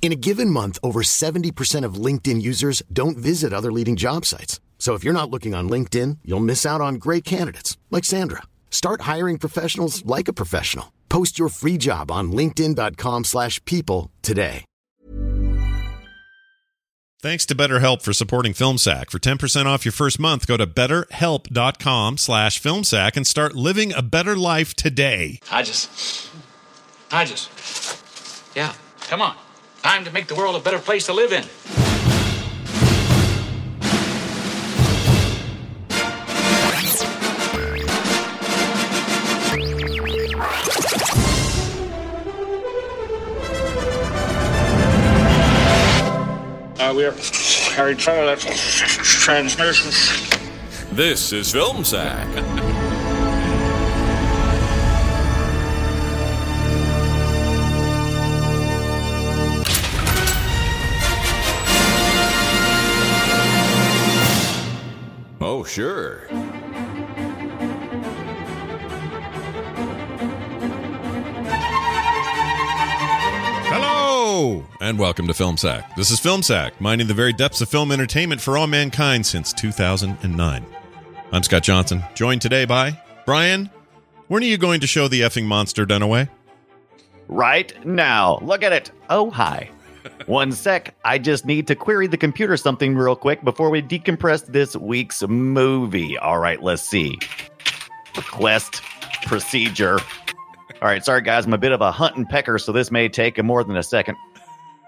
In a given month, over 70% of LinkedIn users don't visit other leading job sites. So if you're not looking on LinkedIn, you'll miss out on great candidates like Sandra. Start hiring professionals like a professional. Post your free job on linkedin.com/people slash people today. Thanks to BetterHelp for supporting FilmSack. For 10% off your first month, go to betterhelp.com slash filmsack and start living a better life today. I just. I just. Yeah, come on. Time to make the world a better place to live in. Uh, we are carrying toilet transmissions. This is Film Sack. oh, sure. Hello and welcome to Film Sack. This is Film Sack, mining the very depths of film entertainment for all mankind since 2009. I'm Scott Johnson, joined today by Brian. When are you going to show the effing monster Dunaway? right now. Look at it. Oh, hi. One sec. I just need to query the computer something real quick before we decompress this week's movie. All right, let's see. Request procedure. All right, sorry guys, I'm a bit of a hunt and pecker, so this may take more than a second.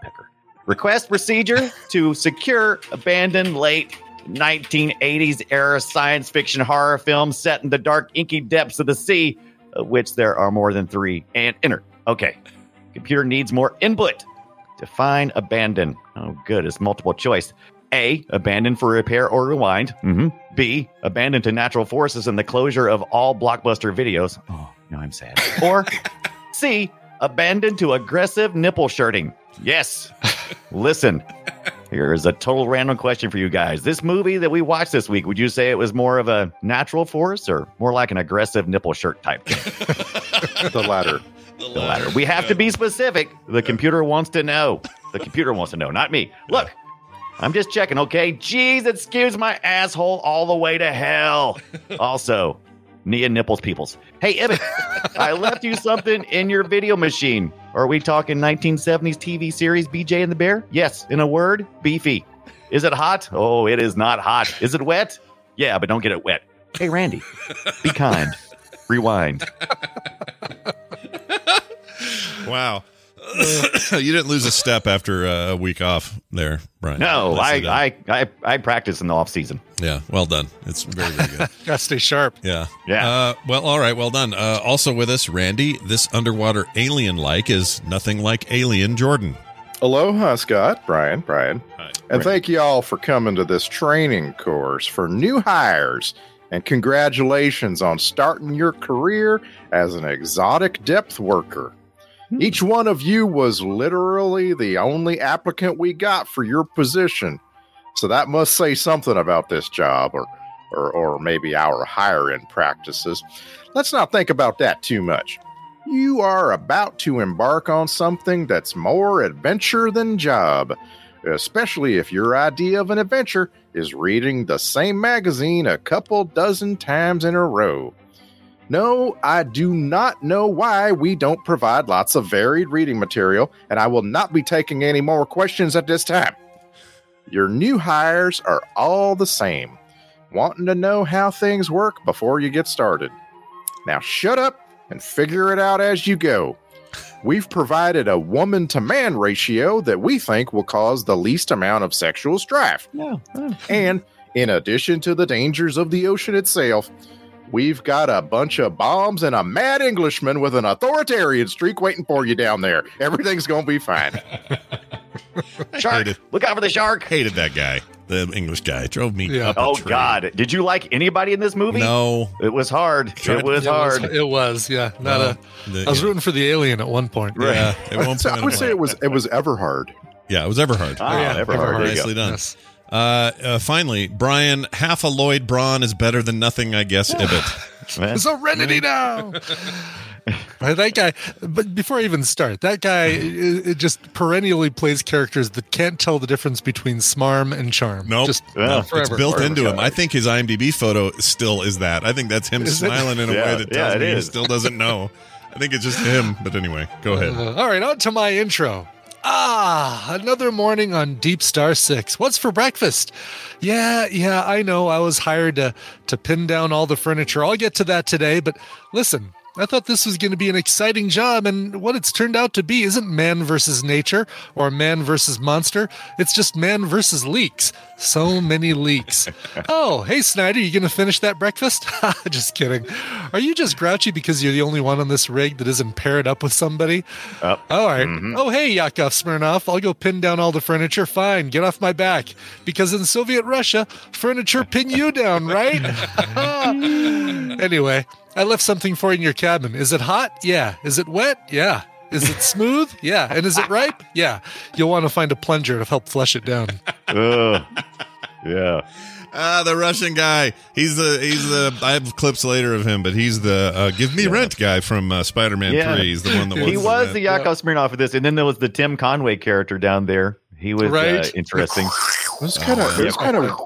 Pecker. Request procedure to secure abandoned late 1980s era science fiction horror film set in the dark, inky depths of the sea, of which there are more than three, and enter. Okay. Computer needs more input. Define abandon. Oh, good. It's multiple choice. A. Abandon for repair or rewind. hmm B. Abandon to natural forces and the closure of all blockbuster videos. Oh, no, I'm sad. Or C. Abandon to aggressive nipple shirting. Yes. Listen, here is a total random question for you guys. This movie that we watched this week, would you say it was more of a natural force or more like an aggressive nipple shirt type thing? The latter. the latter. We have to be specific. The computer wants to know. The computer wants to know, not me. Look, I'm just checking, okay? Jeez, it skews my asshole all the way to hell. Also, Nia Nipples Peoples. Hey, Evan, I left you something in your video machine. Are we talking 1970s TV series BJ and the Bear? Yes. In a word, beefy. Is it hot? Oh, it is not hot. Is it wet? Yeah, but don't get it wet. Hey, Randy, be kind. Rewind. Wow. you didn't lose a step after uh, a week off there, Brian. No, Yes, you did. I, I, I, I practice in the off season. Yeah, well done. It's very, very good. Gotta stay sharp. Yeah. Yeah. Uh, well, all right. Well done. Uh, also with us, Randy, this underwater alien like is nothing like Alien Jordan. Aloha, Scott, Brian, Brian. Hi. And thank you all for coming to this training course for new hires. And congratulations on starting your career as an exotic depth worker. Each one of you was literally the only applicant we got for your position. So that must say something about this job or or, or maybe our hiring practices. Let's not think about that too much. You are about to embark on something that's more adventure than job, especially if your idea of an adventure is reading the same magazine a couple dozen times in a row. No, I do not know why we don't provide lots of varied reading material, and I will not be taking any more questions at this time. Your new hires are all the same, wanting to know how things work before you get started. Now shut up and figure it out as you go. We've provided a woman to man ratio that we think will cause the least amount of sexual strife. No. And in addition to the dangers of the ocean itself, we've got a bunch of bombs and a mad Englishman with an authoritarian streak waiting for you down there. Everything's going to be fine. Shark, Hated. look out for the shark. Hated that guy, the English guy. Drove me Yeah. up. a oh tree. God, did you like anybody in this movie? No. it was hard. Tried It to- was Yeah, hard. It was, it was, yeah. Not No, the- a. I was yeah. rooting for the alien at one point. Yeah, at one point So I I'm would say like- it was it was Everhard. Yeah, it was Everhard. Ah, yeah, ever hard. There you go. Nicely done. Yes. Uh, uh, finally, Brian, half a Lloyd Braun is better than nothing, I guess. Ibbot. Man. Serenity now. Right, that guy, but before I even start, that guy it, it just perennially plays characters that can't tell the difference between smarm and charm. Nope. Just Yeah. forever. It's built Forever into him. guy. I think his IMDb photo still is that. I think that's him Is it? smiling in a Yeah, way that yeah, tells it me he is. still doesn't know. I think it's just him. But anyway, go ahead. Uh, all right, on to my intro. Ah, another morning on Deep Star 6. What's for breakfast? Yeah, yeah, I know. I was hired to to pin down all the furniture. I'll get to that today, but listen, I thought this was going to be an exciting job and what it's turned out to be isn't man versus nature or man versus monster. It's just man versus leaks. So many leaks. oh, hey Snyder, you going to finish that breakfast? just kidding. Are you just grouchy because you're the only one on this rig that isn't paired up with somebody? All right. Oh, hey, Yakov Smirnov. I'll go pin down all the furniture. Fine. Get off my back. Because in Soviet Russia, furniture pin you down, right? anyway, I left something for you in your cabin. Is it hot? Yeah. Is it wet? Yeah. Is it smooth? Yeah. And is it ripe? Yeah. You'll want to find a plunger to help flush it down. Ugh. yeah. Ah, the Russian guy. He's the he's the. I have clips later of him, but he's the uh, give me rent guy from uh, Spider Man Yeah. Three. He's the one that He wants was the rent. Yakov Smirnoff of this, and then there was the Tim Conway character down there. He was Right. uh, interesting. It Oh, was kind of it was kind of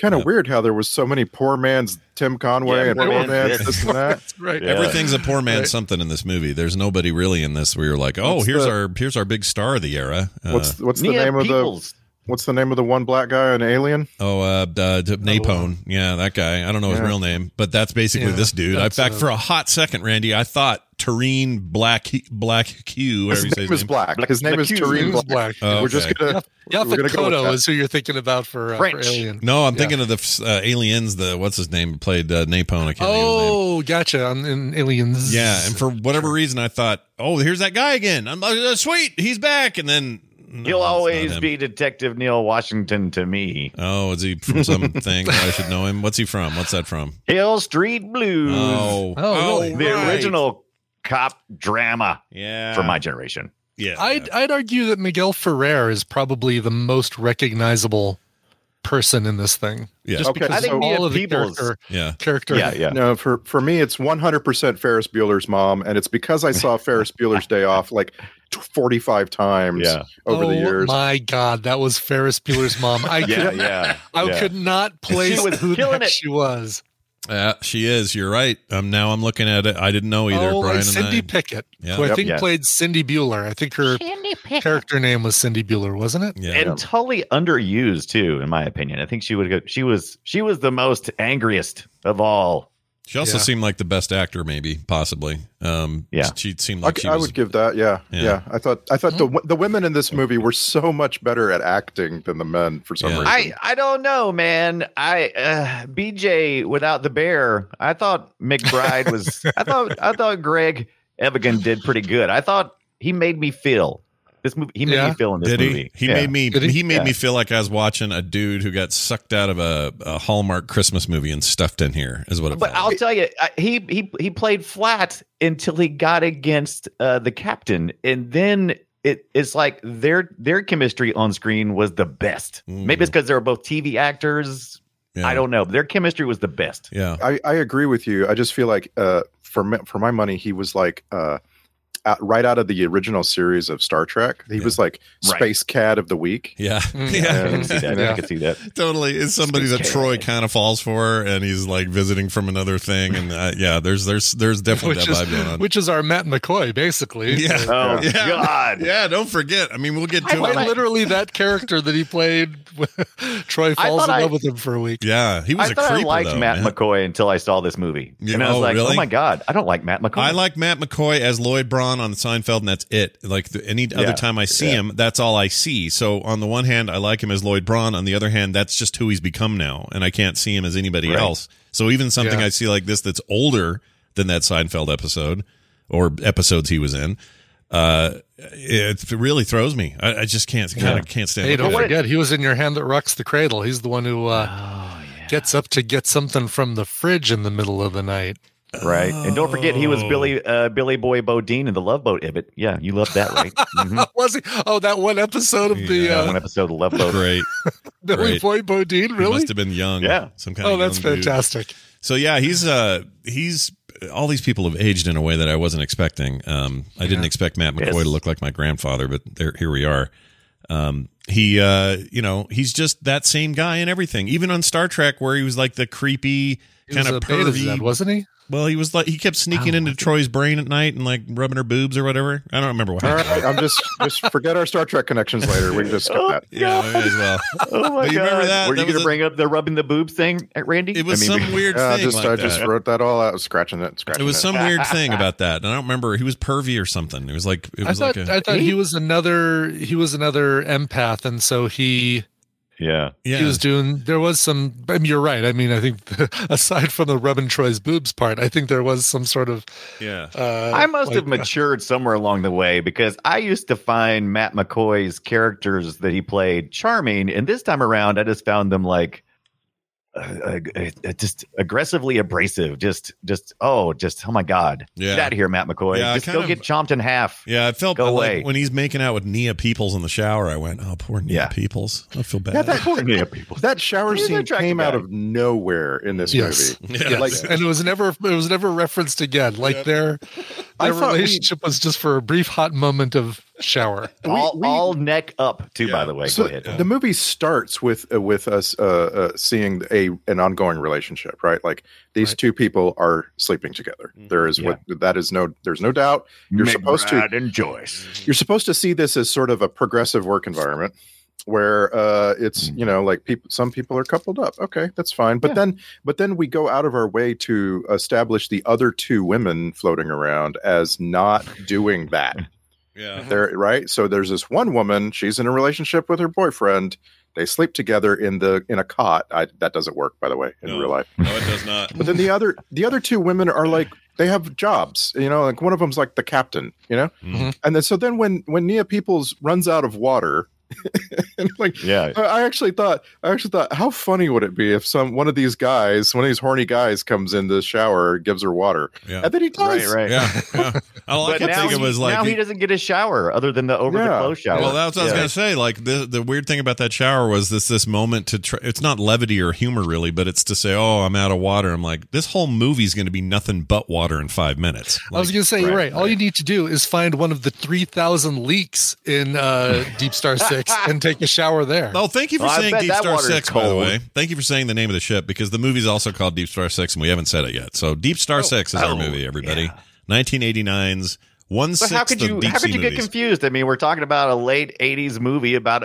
kind of weird how there was so many poor man's Tim Conway Yeah, and poor poor man's man's this. this and that. right. Yeah. Everything's a poor man something in this movie. There's nobody really in this where you're like, oh, What's here's the- our here's our big star of the era. Uh, What's what's the Nia name of the Peoples. what's the name of the one black guy in Alien? Oh, uh, uh d- Napone. Yeah, that guy. I don't know his Yeah. real name, but that's basically Yeah, this dude. In that's, fact, uh, for a hot second, Randy, I thought Tareen Black Black Q. whatever you His say name is Black. His name is Black- Tareen Who's Black. black? Oh, We're just okay. gonna we're Yaphet gonna go with Kotto that. is who you're thinking about for, uh, for French. Alien. No, I'm Yeah. thinking of the uh, aliens. The what's his name played uh, Napone. I can't think of his name. Oh, gotcha. On in Aliens. Yeah, and for whatever reason, I thought, oh, here's that guy again. I'm uh, sweet. He's back, and then no, He'll it's not always him. be Detective Neil Washington to me. Oh, is he from something that I should know him? What's he from? What's that from? Hill Street Blues, Oh, Oh, really? the right. original cop drama Yeah, for my generation. yeah. I'd I'd argue that Miguel Ferrer is probably the most recognizable person in this thing. Yeah. Just Okay, because I think of Mia all of the Peebles- character, yeah. character. Yeah, yeah. No, for for me, it's 100% Ferris Bueller's mom, and it's because I saw Ferris Bueller's Day Off like t- 45 times Yeah. over oh the years. my God, that was Ferris Bueller's mom. I Yeah, could, yeah. I yeah. could not place was who the killing heck it. she was. Uh, she is. You're right. Um, now I'm looking at it. I didn't know either. oh, Brian and Cindy and I. Pickett, Yeah. who I Yep. think Yeah. played Cindy Bueller. I think her character name was Cindy Bueller, wasn't it? yeah. and totally underused too, in my opinion. I think she would go. She was she was the most angriest of all. she also Yeah. seemed like the best actor, maybe, possibly. Um, Yeah. She seemed I, like she I was. would give that, yeah, Yeah. Oh, yeah. I thought I thought the the the women in this movie were so much better at acting than the men for some Yeah. reason. I I don't know, man. I uh, BJ without the bear. I thought McBride was. I thought I thought Greg Evigan did pretty good. I thought he made me feel this movie. He made Yeah. me feel in this did movie. he? He Yeah. made me. Did he? He? made Yeah. me feel like I was watching a dude who got sucked out of a, a Hallmark Christmas movie and stuffed in here. Is what it. But felt I'll like. tell you, I- he he he played flat until he got against uh, the captain, and then it it's like their their chemistry on screen was the best. Maybe it's because they were both TV actors. Mm. Yeah. I don't know. Their chemistry was the best. Yeah. I, I agree with you. I just feel like uh, for me, for my money, he was like uh, out, right out of the original series of Star Trek. He was like Right. space cat of the week. Yeah. Mm. I Yeah. can see that. I Yeah. can see that. Totally. It's somebody that Okay. Troy kind of falls for, and he's like visiting from another thing, and uh, yeah, there's there's there's definitely Which that is, vibe going on. which is our Matt McCoy, basically. yeah. Oh Yeah. God! Yeah. Don't forget. I mean, we'll get to it. Quite literally that character that he played. Troy I falls in thought I- love with him for a week. Yeah, he was I a thought creeper. I liked though, Matt man. McCoy until I saw this movie, Yeah, and I was oh, like, really? "Oh my God, I don't like Matt McCoy." I like Matt McCoy as Lloyd Braun on Seinfeld, and that's it. Like the, any Yeah, other time I see yeah. him, that's all I see. So on the one hand, I like him as Lloyd Braun. On the other hand, that's just who he's become now, and I can't see him as anybody Right. else. So even something Yeah. I see like this that's older than that Seinfeld episode or episodes he was in, uh, it really throws me. I, I just can't kind of can't stand. Hey, looking don't at it. forget, he was in your hand that rocks the cradle. He's the one who uh, gets up to get something from the fridge in the middle of the night. Right. And don't forget, he was Oh. Billy uh, Billy Boy Bodine in the Love Boat Ibit. Yeah, you loved that, right? Mhm. Was he? Oh, that one episode of the Yeah, uh, That one episode of Love Boat. Great. Billy great. Boy Bodine, He really? must have been young. Yeah. Some kind Oh, of that's young dude. fantastic. So yeah, he's uh he's all these people have aged in a way that I wasn't expecting. Um, I didn't expect Matt McCoy Yes. to look like my grandfather, but there here we are. Um, he uh, you know, he's just that same guy in everything. Even on Star Trek, where he was like the creepy He kind of was a beta Zed, pervy. wasn't he? Oh, well, he was like he kept sneaking into Troy's brain at night and like rubbing her boobs or whatever. I don't remember what All happened. right, I'm just just forget our Star Trek connections later. We can just skip that. Yeah, maybe as well. Oh my But you god! remember that? Were That was you going to a- bring up the rubbing the boobs thing, eh, Randy? It was I mean, some weird Yeah, I thing. just like I that. just wrote that all out, scratching it, scratching It it. was some weird thing about that, and I don't remember. He was pervy or something. It was like it I was thought like a I thought he was another he was another empath, and so he yeah. yeah. he was doing. There was some. I mean, you're right. I mean, I think aside from the rubbing Troy's boobs part, I think there was some sort of. yeah. Uh, I must like- have matured somewhere along the way because I used to find Matt McCoy's characters that he played charming, and this time around, I just found them like uh, uh, uh, just aggressively abrasive. Just, just oh, just oh my god, Yeah. get out of here, Matt McCoy. Yeah, I just kind go of- get chomped in half. Yeah, I felt Go like away. when he's making out with Nia Peoples in the shower. I went, "Oh, poor Nia Yeah. Peoples. I feel bad." Yeah, that, Poor Nia people. that shower He's an scene attractive came out guy. of nowhere in this Yes. movie. Yeah. Yes. Like- and it was never it was never referenced again. Like their I their thought we- relationship was just for a brief hot moment of shower. all, we- all neck up too. By the way, So go ahead. the movie starts with uh, with us uh, uh, seeing a an ongoing relationship, right? Like these two people are sleeping together. Mm-hmm. There is what that is no there's no doubt. You're supposed to and Joyce. you're supposed to see this as sort of a progressive work environment where uh, it's you know like people some people are coupled up okay that's fine but Mm-hmm. Yeah. then but then we go out of our way to establish the other two women floating around as not doing that yeah. there right so there's this one woman she's in a relationship with her boyfriend they sleep together in the in a cot I, that doesn't work by the way in No. real life No, it does not. but then the other the other two women are like they have jobs, you know, like one of them's like the captain, you know? Mm-hmm. Mhm. And then so then when when Nia Peoples runs out of water and like Yeah. I- I actually thought I actually thought how funny would it be if some one of these guys, one of these horny guys comes in the shower, gives her water. Yeah. And then he does. Right, right. Yeah, yeah. All I But kept now, thinking he, was like, now he doesn't get a shower other than the over Yeah. the clothes shower. well, that's what I was Yeah. gonna say. Like the the weird thing about that shower was this this moment to try. It's not levity or humor really, but it's to say, "Oh, I'm out of water." I'm like, this whole movie's gonna be nothing but water in five minutes. Oh, I was Like, gonna say, you're right. right, All you need to do is find one of the three thousand leaks in uh, Deep Star Six and take a shower there. Oh, thank you for Well, I saying bet Deep that Star water is Six. By the cold. way, thank you for saying the name of the ship because the movie's also called Deep Star Six, and we haven't said it yet. So, Deep Star Six is our oh, movie. Everybody, 1989's one But sixth how could you of deep how could sea you get movies. confused? I mean, we're talking about a late '80s movie about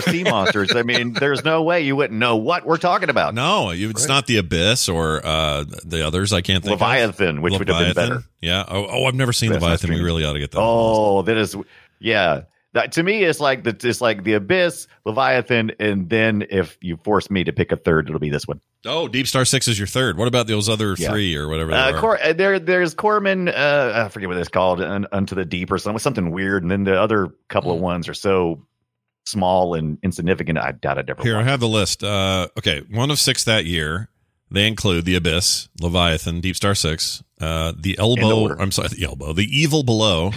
sea monsters. I mean, there's no way you wouldn't know what we're talking about. No, you, it's not the Abyss or uh, the others. I can't think. of. Leviathan, which would have been Leviathan? better. Yeah. Oh, oh, I've never seen That's Leviathan. We streaming. really ought to get that. Oh, that is yeah. That to me is like the it's like the abyss, Leviathan, and then if you force me to pick a third, it'll be this one. oh, Deep Star Six is your third. What about those other Yeah. three or whatever? they Uh, are? Cor- uh, there, there's Corman. Uh, I forget what it's called. Un- Unto the deep or something, something weird. And then the other couple Mm. of ones are so small and insignificant. I doubt I'd ever. Oh, Here, I watch. have the list. Uh, okay, one of six that year. They include the Abyss, Leviathan, Deep Star Six, uh, the Elbow. order. I'm sorry, the Elbow, the Evil Below.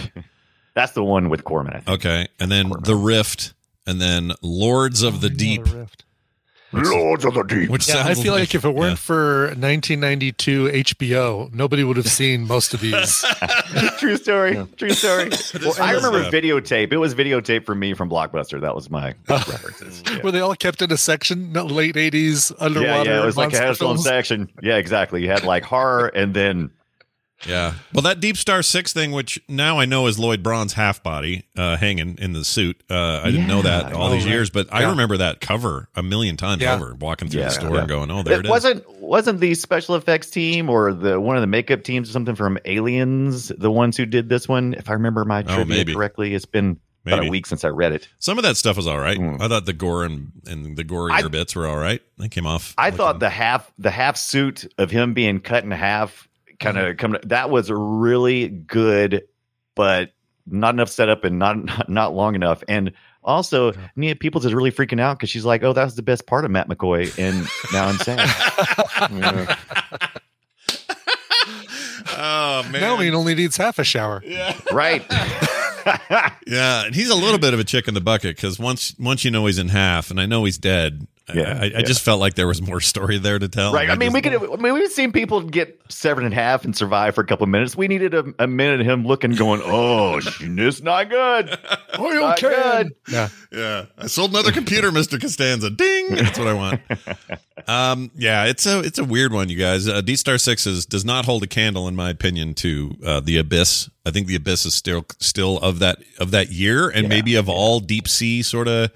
That's the one with Corman. I think. Okay, and then the Rift, and then Lords of the Deep, Lords of the deep. which Yeah, I sounds feel like if it weren't yeah. for 1992 HBO, nobody would have seen most of these. True story. True story. well, I was, remember uh, videotape. It was videotape for me from Blockbuster. That was my references. Mm. Yeah. Were they all kept in a section? No, late 80s underwater. Yeah, yeah, it was like a monster has films? section. Yeah, exactly. You had like horror and then Yeah. Well, that Deep Star Six thing, which now I know is Lloyd Braun's half body uh, hanging in the suit. Uh, I didn't know that all these years, but I remember that cover a million times Yeah. over. Walking through Yeah, the store yeah. and going, "Oh, there it it is." wasn't wasn't the special effects team or the one of the makeup teams or something from Aliens the ones who did this one. If I remember my trivia Oh, maybe. correctly, it's been about Maybe. a week since I read it. Some of that stuff was all right. Mm. I thought the gore and, and the gorier I- bits were all right. They came off. I looking- thought the half the half suit of him being Mm-hmm. cut in half kind of come that was really good, but not enough setup and not not, not long enough. And also, Nia Peoples is really freaking out because she's like, "Oh, that was the best part of Matt McCoy," and now I'm sad. Yeah. Oh man. Now he only needs half a shower. yeah. Right? Yeah, and he's a little bit of a chick in the bucket because once once you know he's in half, and I know he's dead. I- Yeah, I, I, yeah. just felt like there was more story there to tell. Right. and I mean, just- we could. I mean, we've seen people get severed in half and survive for a couple of minutes. We needed a, a minute of him looking, going, "Oh, sh- it's not good." Oh, Not good. Yeah. Yeah, I sold another computer, Mister Costanza. Ding, that's what I want. Um, yeah, it's a it's a weird one, you guys. Uh, D Star Sixes does not hold a candle, in my opinion, to uh, the Abyss. I think the Abyss is still still of that of that year, and maybe of all deep sea sort of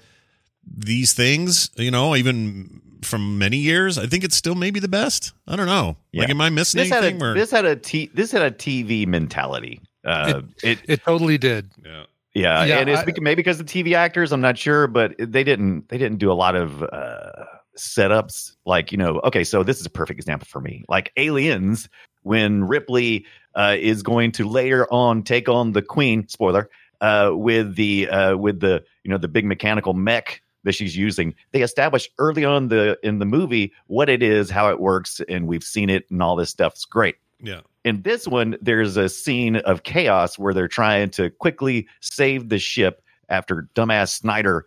these things. You know, even from many years, I think it's still maybe the best. I don't know. Like, Yeah. am I missing This had anything? a or- this had a t this had a TV mentality. Uh, it, It totally did. yeah, Yeah, and it's I- beca- maybe because of TV actors, I'm not sure, but they didn't they didn't do a lot of uh, setups like you know. Okay, so this is a perfect example for me, like Aliens, when Ripley uh, is going to later on take on the Queen. Spoiler uh, with the uh, with the you know the big mechanical mech that she's using. They establish early on the in the movie what it is, how it works, and we've seen it, and all this stuff's great yeah, in this one, there's a scene of chaos where they're trying to quickly save the ship after dumbass Snyder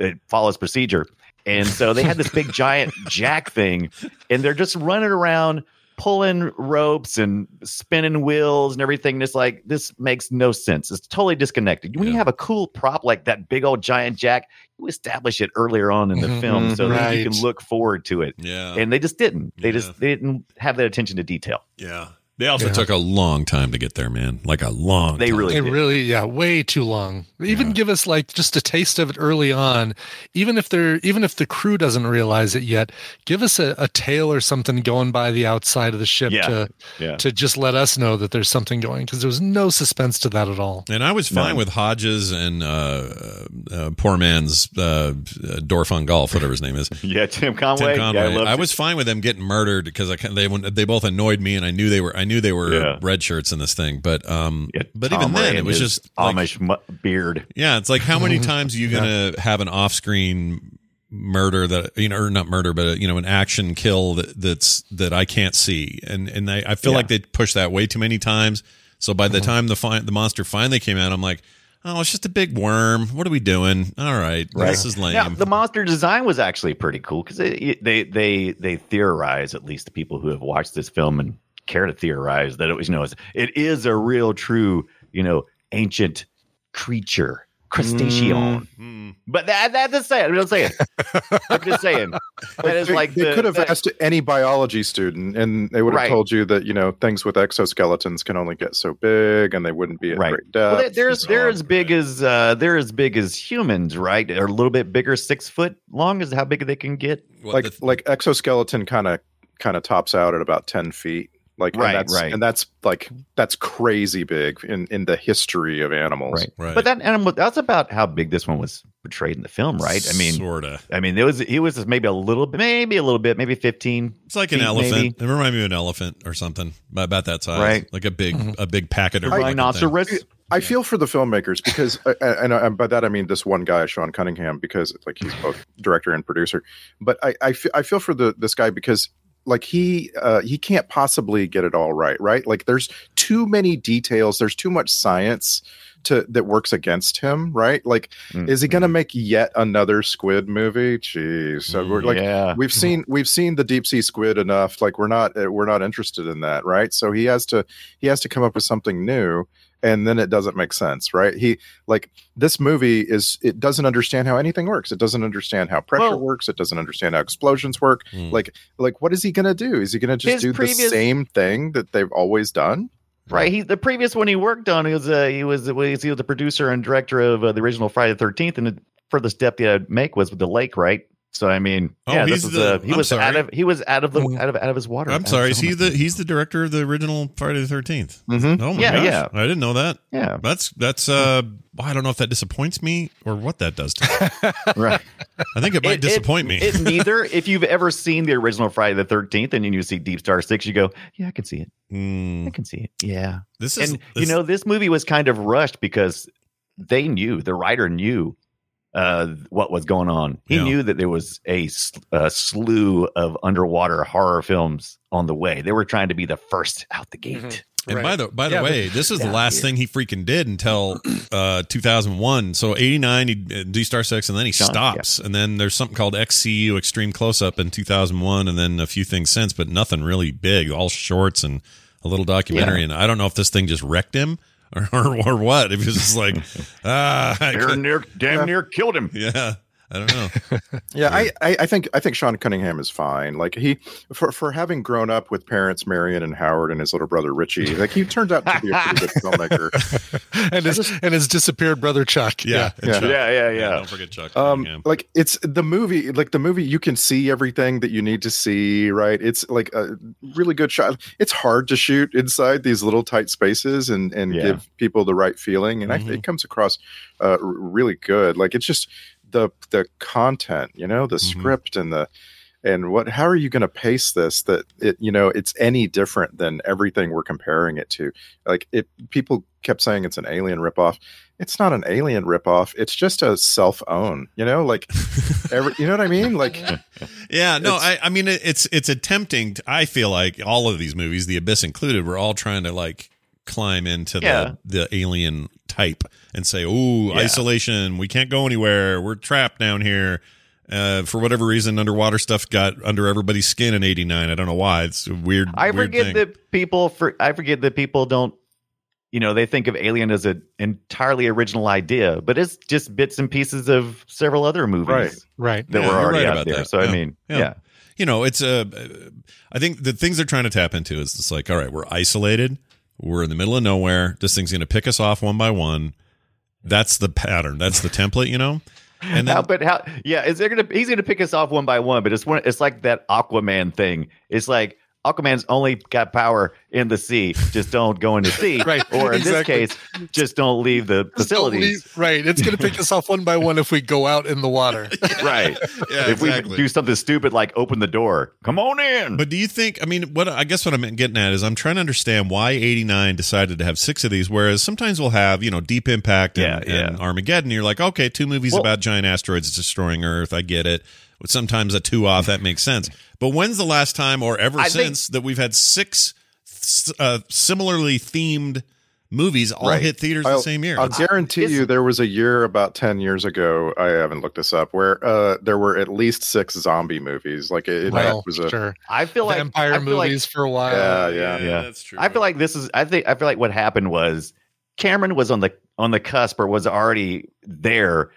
uh, follows procedure. And so they had this big giant jack thing, and they're just running around pulling ropes and spinning wheels and everything. And it's like, this makes no sense. It's totally disconnected. When you Yeah. have a cool prop like that big old giant jack, you establish it earlier on in the Mhm, film so that you right. can look forward to it. Mm-hmm, yeah, And they just didn't. They Yeah. just they didn't have that attention to detail. yeah. They also Yeah. took a long time to get there, man. Like a long. They time. really It did. really, yeah, way too long. They Even Yeah. give us like just a taste of it early on, even if they're even if the crew doesn't realize it yet. Give us a, a tail or something going by the outside of the ship Yeah, to yeah. to just let us know that there's something going because there was no suspense to that at all. And I was fine None. with Hodges and uh, uh, poor man's uh, Dorf on golf, whatever his name is. Yeah, Tim Tim Conway. Conway. Yeah, I I, loved it. was fine with them getting murdered because I kind- they went- they both annoyed me, and I knew they were I knew they were Yeah. red shirts in this thing. But um, Yeah, but Tom even then, Ray it and was his just like, Amish mu- beard. yeah, it's like how many times are you gonna have an off screen murder that you know or not murder but you know an action kill that that's that I can't see and and I, I feel Yeah. Uh-huh. like they pushed that way too many times so by the time the fi- the monster finally came out I'm like oh it's just a big worm what are we doing all right, Right. this is lame Now, the monster design was actually pretty cool because they, they they they theorize at least the people who have watched this film and care to theorize that it was you know it's, it is a real true you know ancient creature crustacean. Hmm. But that that's just saying. I'm just saying. I'm just saying. That is they, like they the- could have that- asked any biology student, and they would have Right. told you that you know things with exoskeletons can only get so big, and they wouldn't be at Right. Uh, great depth. Well, they- they're, as- wrong, they're as big right. as uh, they're as big as humans, right? They're a little bit bigger, six foot long is how big they can get. What like the th- like exoskeleton kind of kind of tops out at about 10 feet like Right, and that's, right. and that's like that's crazy big in in the history of animals Right. Right. But that animal that's about how big this one was portrayed in the film, right? I mean, sorta I mean, there was he was just maybe a little bit, maybe a little bit, maybe fifteen. it's like an feet, elephant maybe. it reminded me of an elephant or something about that size Right. like a big Mm-hmm. a big packet or Rhinoceros. I feel for the filmmakers because, uh, and, and by that I mean this one guy, Sean Cunningham, because like he's both director and producer. But I, I, fe- I feel for the this guy because like he, uh, he can't possibly get it all right, right? Like there's too many details, there's too much science to that works against him, right? Like, is he going to make yet another squid movie? Jeez, so we're like, yeah. we've seen we've seen the deep sea squid enough like we're not uh, we're not interested in that right so he has to he has to come up with something new and then it doesn't make sense right he like this movie is it doesn't understand how anything works it doesn't understand how pressure Well- works it doesn't understand how explosions work Hmm. like like what is he going to do is he going to just His do the previous- same thing that they've always done Right. He the previous one he worked on he was uh, he was he was the producer and director of uh, the original Friday the Thirteenth, and the furthest step he had to make was with the lake, right? So I mean, Oh, yeah, he's this is the- a, he I'm was sorry. out of he was out of the out of out of his water. I'm sorry. Is he the he's the director of the original Friday the 13th Mhm. Oh my Yeah, gosh, yeah. I didn't know that. Yeah. that's that's. uh I don't know if that disappoints me or what that does. to me. right? I think it might disappoint me. It neither. If you've ever seen the original Friday the Thirteenth and you see Deep Star Six, you go, yeah, I can see it. Mm, I can see it. Yeah. this is And you this- know, this movie was kind of rushed because they knew the writer knew uh, what was going on. He Yeah. knew that there was a, s- a slew of underwater horror films on the way. They were trying to be the first out the gate. And Right. by the by the Yeah, but- way, this is the last thing he freaking did until uh 2001. So 89 he uh, D Star 6 and then he Done, stops. And then there's something called XCU Extreme Close Up in 2001 and then a few things since, but nothing really big, all shorts and a little documentary Yeah. and I don't know if this thing just wrecked him or or, or what. It was just like ah I They're couldn't- near, damn Yeah. near killed him. yeah, I don't know. Yeah, I, I, I think I think Sean Cunningham is fine. Like he, for for having grown up with parents Marion and Howard and his little brother Richie, like he turned out to be a pretty good filmmaker. and his and his disappeared brother Chuck. Yeah. and Yeah. Chuck. Yeah, yeah, yeah. Don't forget Chuck. Um, Cunningham. like it's the movie, like the movie, you can see everything that you need to see, right? It's like a really good shot. It's hard to shoot inside these little tight spaces and and Yeah. give people the right feeling, and I think it comes across uh, r- really good. Like it's just the the content, you know, the script and the and what how are you going to pace this that it you know it's any different than everything we're comparing it to like it people kept saying it's an alien ripoff it's not an alien ripoff it's just a self own you know like every you know what i mean like Yeah, no, I, It's- I mean it- it's it's attempting. To, I feel like all of these movies, The Abyss included, we're all trying to like climb into Yeah. the the alien type and say, "Ooh, Yeah. isolation. We can't go anywhere. We're trapped down here." Uh, for whatever reason, underwater stuff got under everybody's skin in '89. I don't know why. It's a weird. I weird forget thing. that people for I forget that people don't you know, they think of Alien as an entirely original idea, but it's just bits and pieces of several other movies Right. Right. that Yeah, were you're already right out about there. that. So Yeah. I mean, Yeah. yeah. you know, it's a. I think the things they're trying to tap into is it's like, all right, we're isolated, we're in the middle of nowhere. This thing's going to pick us off one by one. That's the pattern. That's the template. You know, and how, but how? Yeah, is there gonna? He's gonna pick us off one by one. But it's one. It's like that Aquaman thing. It's like Aquaman's only got power in the sea. Just don't go in the sea. Right, Or in exactly. this case, just don't leave the Just don't facilities. leave- Right. It's going to pick us off one by one if we go out in the water. Right. Yeah, if exactly. we do something stupid like open the door, come on in. But do you think? I mean, what I guess what I'm getting at is I'm trying to understand why '89 decided to have six of these, whereas sometimes we'll have you know Deep Impact and, Yeah, yeah. and Armageddon. You're like, okay, two movies Well- about giant asteroids destroying Earth. I get it. But sometimes a two off that makes sense. But when's the last time or ever I think- since that we've had six s- uh, similarly themed movies all Right. hit theaters the I'll- same year? I'll guarantee you there was a year about 10 years ago, I haven't looked this up, where uh, there were at least six zombie movies. Like it, well, it was a. sure. I feel like Vampire I feel like- movies for a while. Yeah, yeah. yeah. that's true. I feel like this is. I think. I feel like what happened was Cameron was on the on the cusp or was already there,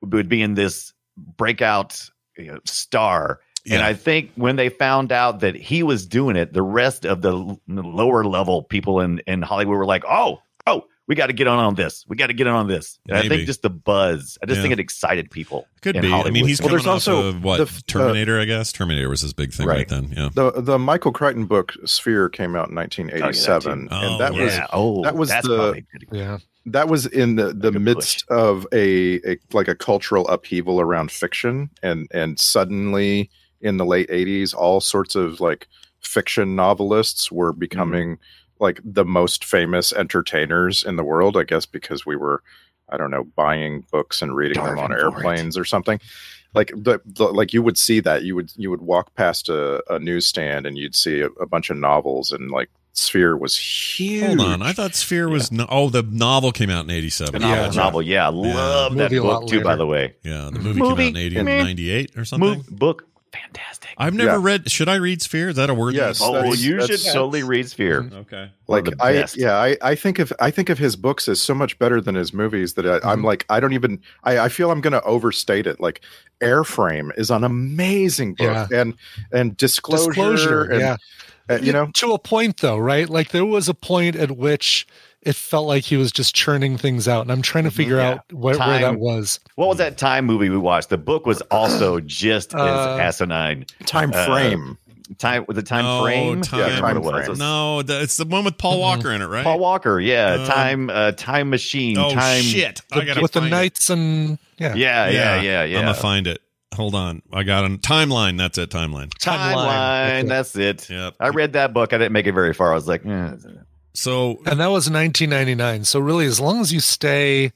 would be in this breakout you know, star. And Yeah. I think when they found out that he was doing it, the rest of the l- lower level people in in Hollywood were like, "Oh, oh, we got to get on on this. We got to get on on this." And I Maybe. think just the buzz. I just Yeah. think it excited people. could in be. I mean, Hollywood. he's Well, coming there's off also of what the f- uh, Terminator, I guess. Terminator was his big thing right, Right. then. Yeah. The, the Michael Crichton book Sphere came out in 1987, Oh, and that yeah. was yeah. oh, that was that's the- probably good. Yeah. that was in the, the Like a midst of a, a like a cultural upheaval around fiction and and suddenly in the late 80s all sorts of like fiction novelists were Mm-hmm. becoming like the most famous entertainers in the world i guess because we were i don't know buying books and reading them Starving on for it. airplanes or something like the, the like you would see that you would you would walk past a, a newsstand and you'd see a, a bunch of novels and like sphere was huge Hold on, I thought Sphere was no- oh the novel came out in eighty The seven. novel, Yeah. novel, yeah, love that Movie a lot book too. By later. the way, Yeah, the movie, Movie, came out in 80, meh. 98 or something. move book, fantastic. I've never Yeah. read. Should I read Sphere? Is that a word? Yes. Oh, well, That's- you should that's- totally read Sphere. Mm-hmm. Okay. One of like the i best. yeah I, I think of i think of his books as so much better than his movies that I, Mm-hmm. i'm like i don't even i, I feel i'm going to overstate it like airframe is an amazing book and and disclosure, Disclosure. and, yeah. and, you know to a point though, right? Like there was a point at which it felt like he was just churning things out. And I'm trying to figure Yeah. out where, where Time. that was. What was that time movie we watched? The book was also just Uh, as asinine. Time Uh, frame. Time with the time No, frame. Oh, time- Yeah, that's what it time was. frame. No, the, it's the one with Paul Walker in it, right? Paul Walker. Yeah, Um, time. Uh, time machine. oh time. shit! I gotta With the find it. knights and yeah. Yeah, yeah, yeah, yeah. I'm gonna find it. Hold on, I got a timeline. That's it. Timeline. timeline. That's That's it. Yep. I read that book. I didn't make it very far. I was like, eh. So it. And that was 1999. So really, as long as you stay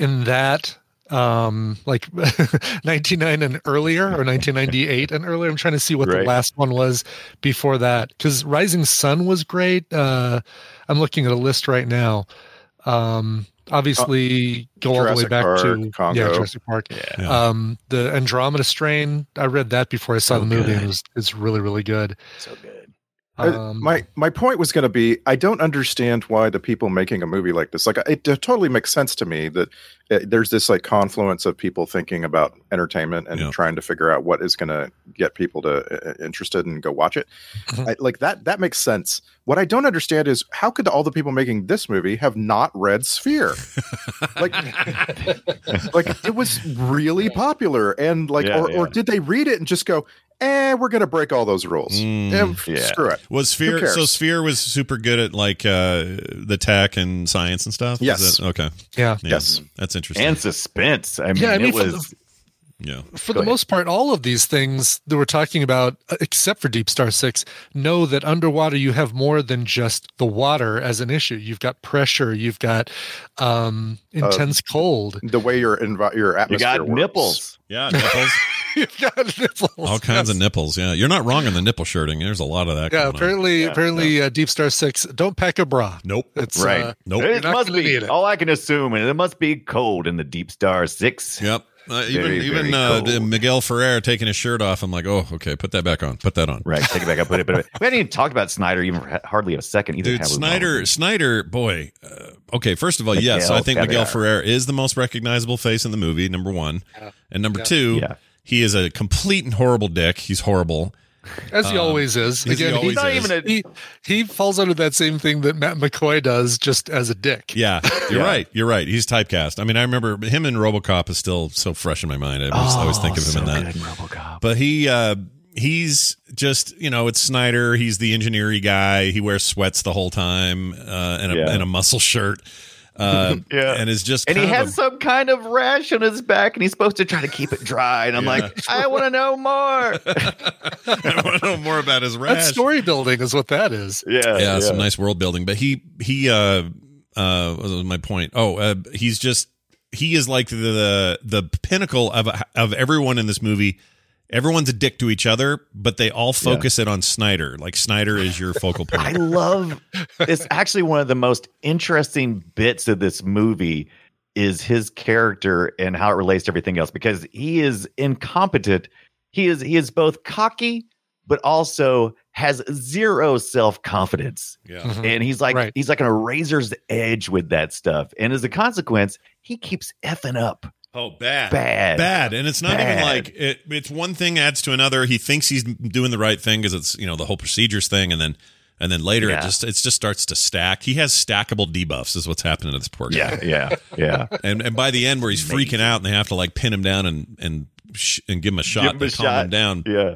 in that, um, like 99 and earlier, or 1998 and earlier, I'm trying to see what Right. the last one was before that. Because Rising Sun was great. Uh, I'm looking at a list right now. Um, obviously, go all the way Jurassic back to Park, Congo. yeah, Jurassic Park. yeah. Yeah. Um, the Andromeda Strain. I read that before I saw So the movie. and good. It was, it's really really good. So good. Uh, my my point was going to be I don't understand why the people making a movie like this like it, uh, totally makes sense to me that uh, there's this like confluence of people thinking about entertainment and Yeah. trying to figure out what is going to get people to uh, uh, interested and go watch it Mhm. I, like that that makes sense what I don't understand is how could all the people making this movie have not read Sphere like like it was really popular and like Yeah, or, or yeah. did they read it and just go eh we're going to break all those rules Mm. Eh, f- Yeah. screw it was Sphere? cares? So Sphere was super good at like uh, the tech and science and stuff. Is Yes. that- okay. yeah. Yeah, Yes. That's interesting. And suspense. I mean, Yeah, I mean, it for the- was. yeah. For Go the ahead. most part, all of these things that we're talking about, uh, except for Deep Star Six, know that underwater you have more than just the water as an issue. You've got pressure. You've got um, Uh, intense cold. the way your envi- your you atmosphere got works. nipples. Yeah. Nipples. You've got nipples. All kinds of nipples. Yeah. You're not wrong on the nipple shirting. There's a lot of that. Yeah. going on. Apparently, Yeah, apparently, Uh, Deep Star Six. Don't pack a bra. Nope. It's Right. uh, Oh, Nope. You're It not must gonna be. need it. All I can assume, and it must be cold in the Deep Star Six. Yep. Uh, even Very, even very uh, cold. Miguel Ferrer taking his shirt off. I'm like, oh, okay, put that back on. Put that on. Right. Take it back. I put it. Put it. We haven't even talked about Snyder even for hardly a second. Either Dude, have we, Snyder, Ronald? Snyder, boy. Uh, okay, first of all, yes, Miguel I think Miguel Ferrer. Ferrer is the most recognizable face in the movie. Number one, and number Yeah. two, Yeah. he is a complete and horrible dick. He's horrible. as he Um, always as is. he Again, always he's not is. even a, he, he falls under that same thing that Matt McCoy does, just as a dick. Yeah, you're Yeah. right. You're right. He's typecast. I mean, I remember him in RoboCop is still so fresh in my mind. I always, I always think of him in that. Oh, Good, RoboCop. But he uh he's just, you know, it's Snyder, he's the engineering guy. He wears sweats the whole time uh and a Yeah. and a muscle shirt. Uh Yeah. and is just And he kind has of some kind of rash on his back, and he's supposed to try to keep it dry. And I'm Yeah. like, I want to know more. a- I want to know more about his rash. That's story building, is what that is. Uh, yeah, yeah, some nice world building. But he he uh uh what was my point. Oh, uh, he's just he is like the the pinnacle of of everyone in this movie. Everyone's a dick to each other, but they all focus it on Snyder. Like Snyder is your focal I point. love. It's actually one of the most interesting bits of this movie is his character and how it relates to everything else because he is incompetent. He is he is both cocky, but also has zero self confidence. yeah. and he's like Right. he's like on a razor's edge with that stuff and as a consequence he keeps effing up Oh, bad. bad Bad. And it's not even Bad. like it, it's one thing adds to another. He thinks he's doing the right thing because it's, you know, the whole procedures thing. And then, and then later it Yeah. just, it just starts to stack. He has stackable debuffs, is what's happening to this poor guy. yeah yeah yeah and and by the end where he's freaking out and they have to like pin him down and and sh- and give him a shot Give him to a calm him shot. down yeah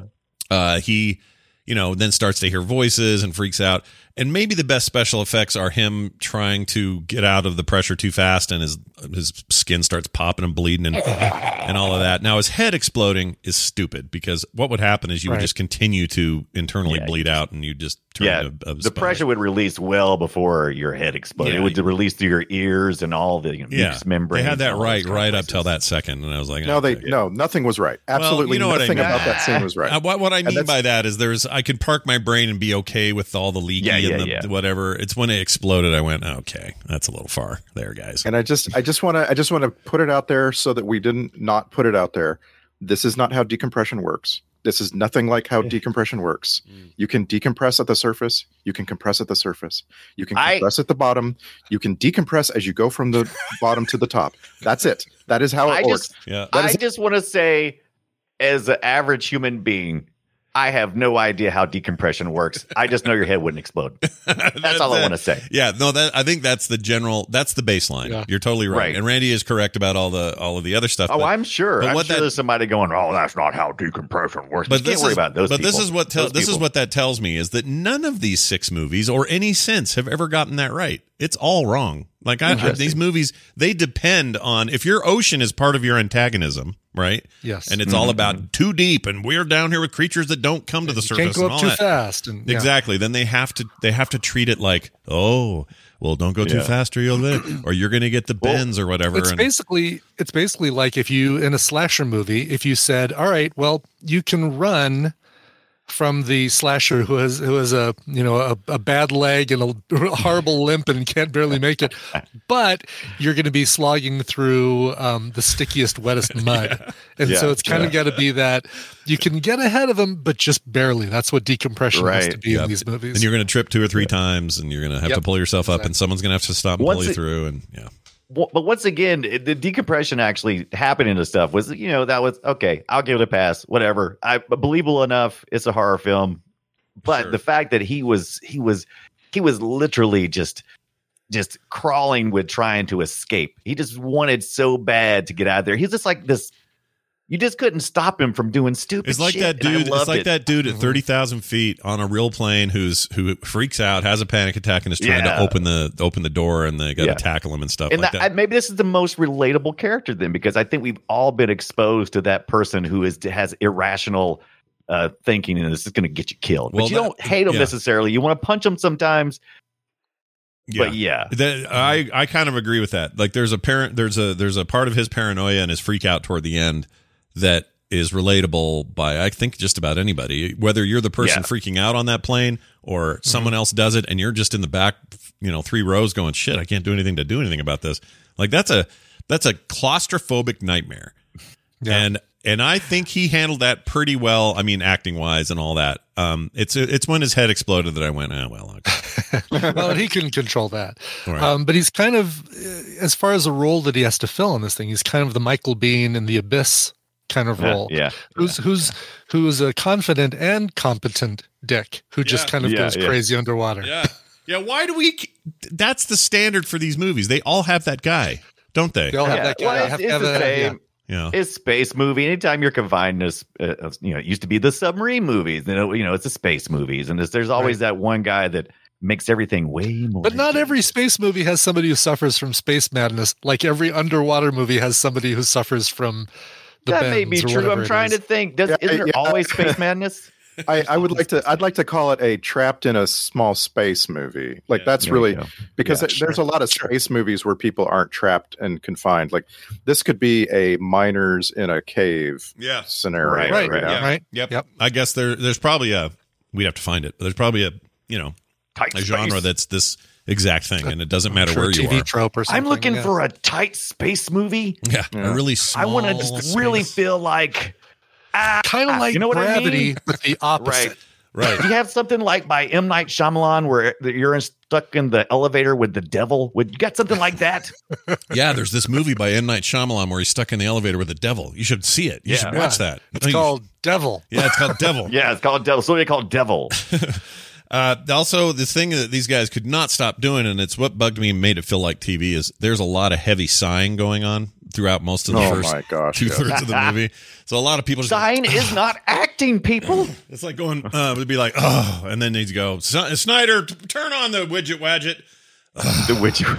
uh he you know then starts to hear voices and freaks out and maybe the best special effects are him trying to get out of the pressure too fast and his his skin starts popping and bleeding and and all of that now his head exploding is stupid because what would happen is you would Right. just continue to internally Yeah, bleed out and you just turn yeah into a, a the spider. pressure would release well before your head exploded Yeah. it would release through your ears and all the you know, yeah mucous membranes they had that and all those right kind of right up places. till that second and i was like "Oh, No, they okay. no, nothing was right. you Absolutely know what I nothing mean. about that scene was right. Uh, what, what I mean that's- by that is there's I could park my brain and be okay with all the leaky Yeah, yeah, and the yeah. whatever. It's when it exploded I went okay, that's a little far there, guys. and I just I just want to I just want to put it out there so that we didn't not put it out there. This is not how decompression works. This is nothing like how decompression works. Mm. You can decompress at the surface. You can compress at the surface. You can I- compress at the bottom. You can decompress as you go from the bottom to the top. That's it. That is how it i works. just yeah, That is- i just want to say as an average human being I have no idea how decompression works. I just know your head wouldn't explode. That's, all I that- want to say. Yeah, no, that I think that's the general. That's the baseline. Yeah. You're totally right. Right. and Randy is correct about all the all of the other stuff. Oh, but- I'm sure. but I'm what sure that- there's somebody going, "Oh, that's not how decompression works." But you this can't worry is, about those. But this people. is what tell, Those this is people. what that tells me is that none of these six movies or any since have ever gotten that right. It's all wrong. Like I, I, these movies, they depend on if your ocean is part of your antagonism, right? Yes. And it's Mm-hmm. all about too deep, and we're down here with creatures that don't come to the surface. Can't go and all up too that. fast. And, yeah. Exactly. Then they have to they have to treat it like, oh, well, don't go too Yeah. fast or you'll li- or you're going to get the bends or whatever. It's and- basically it's basically like if you in a slasher movie, if you said, "All right, well, you can run from the slasher who has who has a you know a, a bad leg and a horrible limp and can't barely make it, but you're going to be slogging through um, the stickiest, wettest mud." And so Yeah, it's kind of got to be that you can get ahead of them, but just barely. That's what decompression has to Right, be yep. in these movies. and you're going to trip two or three times, and you're going to have to Yep. pull yourself up, and someone's going to have to stop and Once pull you it- through, and yeah. Well, but once again, it- the decompression actually happening to stuff was, you know, that was okay. I'll give it a pass. Whatever. I believable enough. It's a horror film, but Sure. the fact that he was, he was, he was literally just, just crawling with trying to escape. He just wanted so bad to get out of there. He's just like this. You just couldn't stop him from doing stupid. It's like shit, that and I dude. It's loved like it. that dude at thirty thousand feet on a real plane who's who freaks out, has a panic attack, and is trying Yeah. to open the open the door, and they got to Yeah. tackle him and stuff And like that, that. I, maybe this is the most relatable character then, because I think we've all been exposed to that person who is has irrational uh, thinking, and this is going to get you killed. Well, but you that- don't hate them yeah. necessarily. You want to punch them sometimes, but yeah, Mm-hmm. That, I I kind of agree with that. Like there's a parent there's a there's a part of his paranoia and his freak out toward the end that is relatable by I think just about anybody. Whether you're the person Yeah. Mm-hmm. freaking out on that plane or someone else does it and you're just in the back, you know, three rows going, "Shit, I can't do anything to do anything about this." Like that's a that's a claustrophobic nightmare. Yeah. And and I think he handled that pretty well. I mean, acting wise and all that. Um, it's it's when his head exploded that I went, oh well. Okay. well, and he can control that. Right. Um, but he's kind of, uh, as far as the role that he has to fill in this thing, he's kind of the Michael Bean in the Abyss kind of Yeah, role. yeah. Who's who's who's a confident and competent dick who just Yeah. kind of Yeah, goes yeah. crazy underwater. Yeah. Yeah. Why do we? That's the standard for these movies. They all have that guy, don't they? They all have Yeah. that guy. Well, have it's, to it's have the that- yeah. same. Yeah. It's space movie. Anytime you're confined to, s- uh, uh, you know, it used to be the submarine movies. You know, you know, it's the space movies, and it's, there's always that one guy that makes everything way more. But not every dangerous. space movie has somebody who suffers from space madness, like every underwater movie has somebody who suffers from the That may be bends or true. whatever I'm it trying is. to think. Does, Yeah, isn't there yeah. always space madness? I, I would like to. I'd like to call it a trapped in a small space movie. Like that's There you really go. because Yeah, th- there's a lot of space movies where people aren't trapped and confined. Like this could be a miners in a cave Yeah. scenario. Right, Right, you know? yeah. right. Yep. Yep. I guess there there's probably a we'd have to find it, but there's probably a you know Tight a genre space. that's this exact thing, and it doesn't matter Sure, where you TV are. trope or something. I'm looking yeah. for a tight space movie. Yeah. A really small. I want to just space. really feel like ah, kind of like you know what I gravity, mean? but the opposite. Right. right. Do you have something like by M Night Shyamalan where you're in- stuck in the elevator with the devil? Would you got something like that? Yeah. There's this movie by M Night Shyamalan where he's stuck in the elevator with the devil. You should see it. You Yeah. should watch that. It's called Devil. Yeah, it's called Devil. yeah, it's called Devil. So they call it Devil. Uh, also, the thing that these guys could not stop doing, and it's what bugged me and made it feel like TV, is there's a lot of heavy sighing going on throughout most of the Oh first my gosh, two yes. thirds of the movie. So a lot of people just Sign is not acting, people. it's like going, uh, it'd be like, oh, and then they'd go, "Sn- Snyder, t- turn on the widget widget. the Witcher.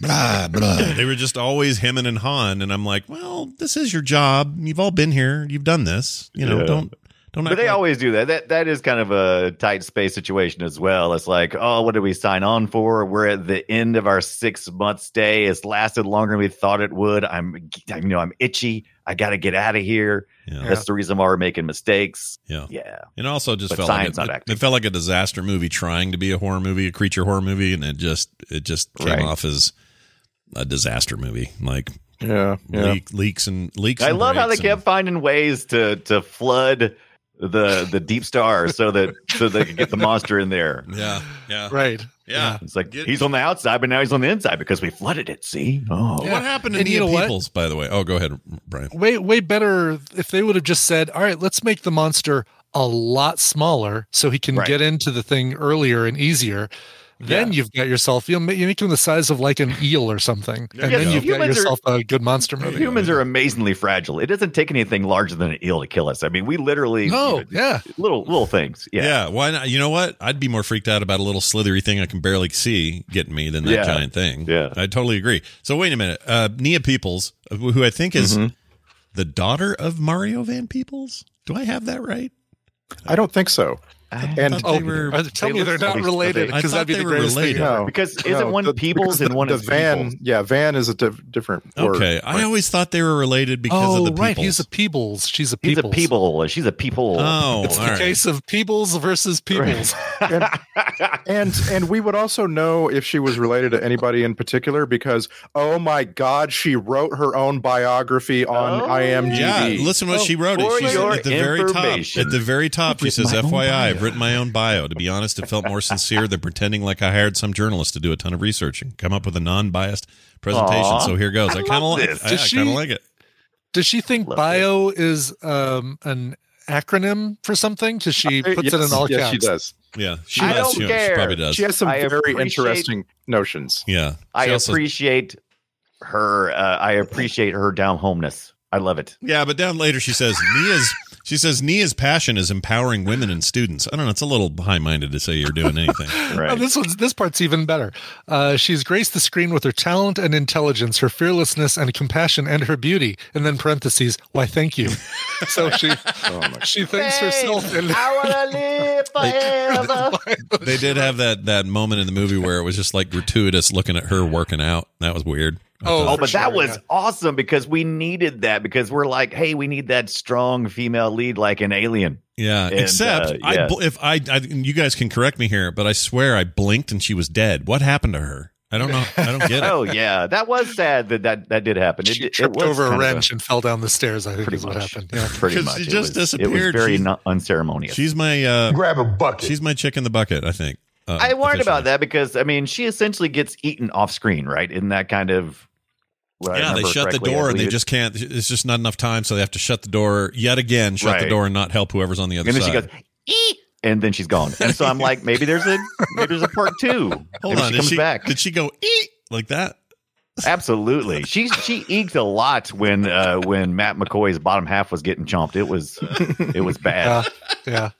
Blah, blah. They were just always hemming and hawing, and I'm like, well, this is your job. You've all been here. You've done this. You know, Yeah. don't don't. But act they like- always do that. That that is kind of a tight space situation as well. It's like, oh, what did we sign on for? We're at the end of our six month stay. It's lasted longer than we thought it would. I'm, I'm you know, I'm itchy. I got to get out of here. yeah, That's the reason why we're making mistakes. yeah. Yeah, And also just But felt like science, it, not it, acting. felt like a disaster movie trying to be a horror movie, a creature horror movie, and it just it just came Right. off as a disaster movie. Like Yeah, yeah. leak, leaks and leaks. I and love how they breaks and- kept finding ways to to flood the the deep star so that so they could get the monster in there. Yeah. Yeah. Right. Yeah. It's like he's on the outside, but now he's on the inside because we flooded it. See? Oh, What happened to And you Nina know what? Peoples, by the way? Oh, go ahead, Brian. Way way better if they would have just said, "All right, let's make the monster a lot smaller so he can Right. get into the thing earlier and easier." Then you've got yourself. You'll ma- you make him the size of like an eel or something, and you then go. you've got Humans are- yourself a good monster movie. humans are amazingly fragile. It doesn't take anything larger than an eel to kill us. I mean, we literally No, yeah. little little things. Yeah. Yeah. Why not? You know what? I'd be more freaked out about a little slithery thing I can barely see getting me than that Yeah. giant thing. Yeah. I totally agree. So wait a minute. Uh, Nia Peoples, who I think is Mm-hmm. the daughter of Mario Van Peoples. Do I have that right? I don't think so. And They were- Are they- Oh, uh, tell they me look- they're not they- related they- I because thought that'd be they the were greatest thing related. ever. no, Because isn't one peoples because and one the is van? peoples? Yeah, van is a diff- different word. Okay. I always thought they were related because oh, of the right. Peoples. He's a Peebles. She's a He's Peebles. a people. She's a people. oh, It's all the right. case of Peebles versus Peebles. and and we would also know if she was related to anybody in particular because oh my god, she wrote her own biography on Oh. IMDb. Yeah, listen what Oh, she wrote. It. for She said your at the very top. information. At the very top, she I've says, written my own "FYI, I've bio." written my own bio. To be honest, it felt more sincere than pretending like I hired some journalist to do a ton of research and come up with a non-biased presentation." Aw. so here goes. I I, kind of love like. this. I, Does I she- kind of like it. Does she think Love bio is um, an acronym for something? Does she puts it in all yes, caps? She does. Yeah, she, I does. don't she, she care. probably does. She has some I very appreciate- interesting notions. yeah, I She also- appreciate her. Uh, I appreciate her down homeness. I love it. Yeah, but down later she says Nia's. She says Nia's passion is empowering women and students. I don't know. It's a little high-minded to say you're doing anything. Oh, Right. this one's this part's even better. Uh, she's graced the screen with her talent and intelligence, her fearlessness and compassion, and her beauty. And then parentheses, why thank you. So she Oh she thanks herself and want to live forever. they did have that that moment in the movie where it was just like gratuitous looking at her working out. That was weird. I Oh, Oh, thought- for but that sure, was yeah. awesome because we needed that because we're like, hey, we need that strong female lead like an alien. yeah. and, Except uh, I yeah. bl- if I, I you guys can correct me here, but I swear I blinked and she was dead. What happened to her? I don't know. I don't get it. Oh yeah, that was sad that that, that did happen. It, she it tripped was over kind a of wrench and fell down the stairs, I think pretty is what much. happened. Yeah. Pretty 'Cause much. she It just was- It was disappeared. very She's- not unceremonious. She's my uh, Grab a bucket. she's my chick in the bucket. I think. Uh, I worried officially. about that because I mean, she essentially gets eaten off screen, right? Isn't that kind of what I Yeah, they remember shut the correctly, I door and they believe it- just can't. It's just not enough time, so they have to shut the door yet again. Shut the Right. door and not help whoever's on the other and then side. she goes, "Eek," and then she's gone. And so I'm like, maybe there's a maybe there's a part two. Hold maybe on, she did comes she, back. Did she go eat like that? Absolutely. She she eked a lot when uh when Matt McCoy's bottom half was getting chomped. It was it was Yeah. bad. yeah.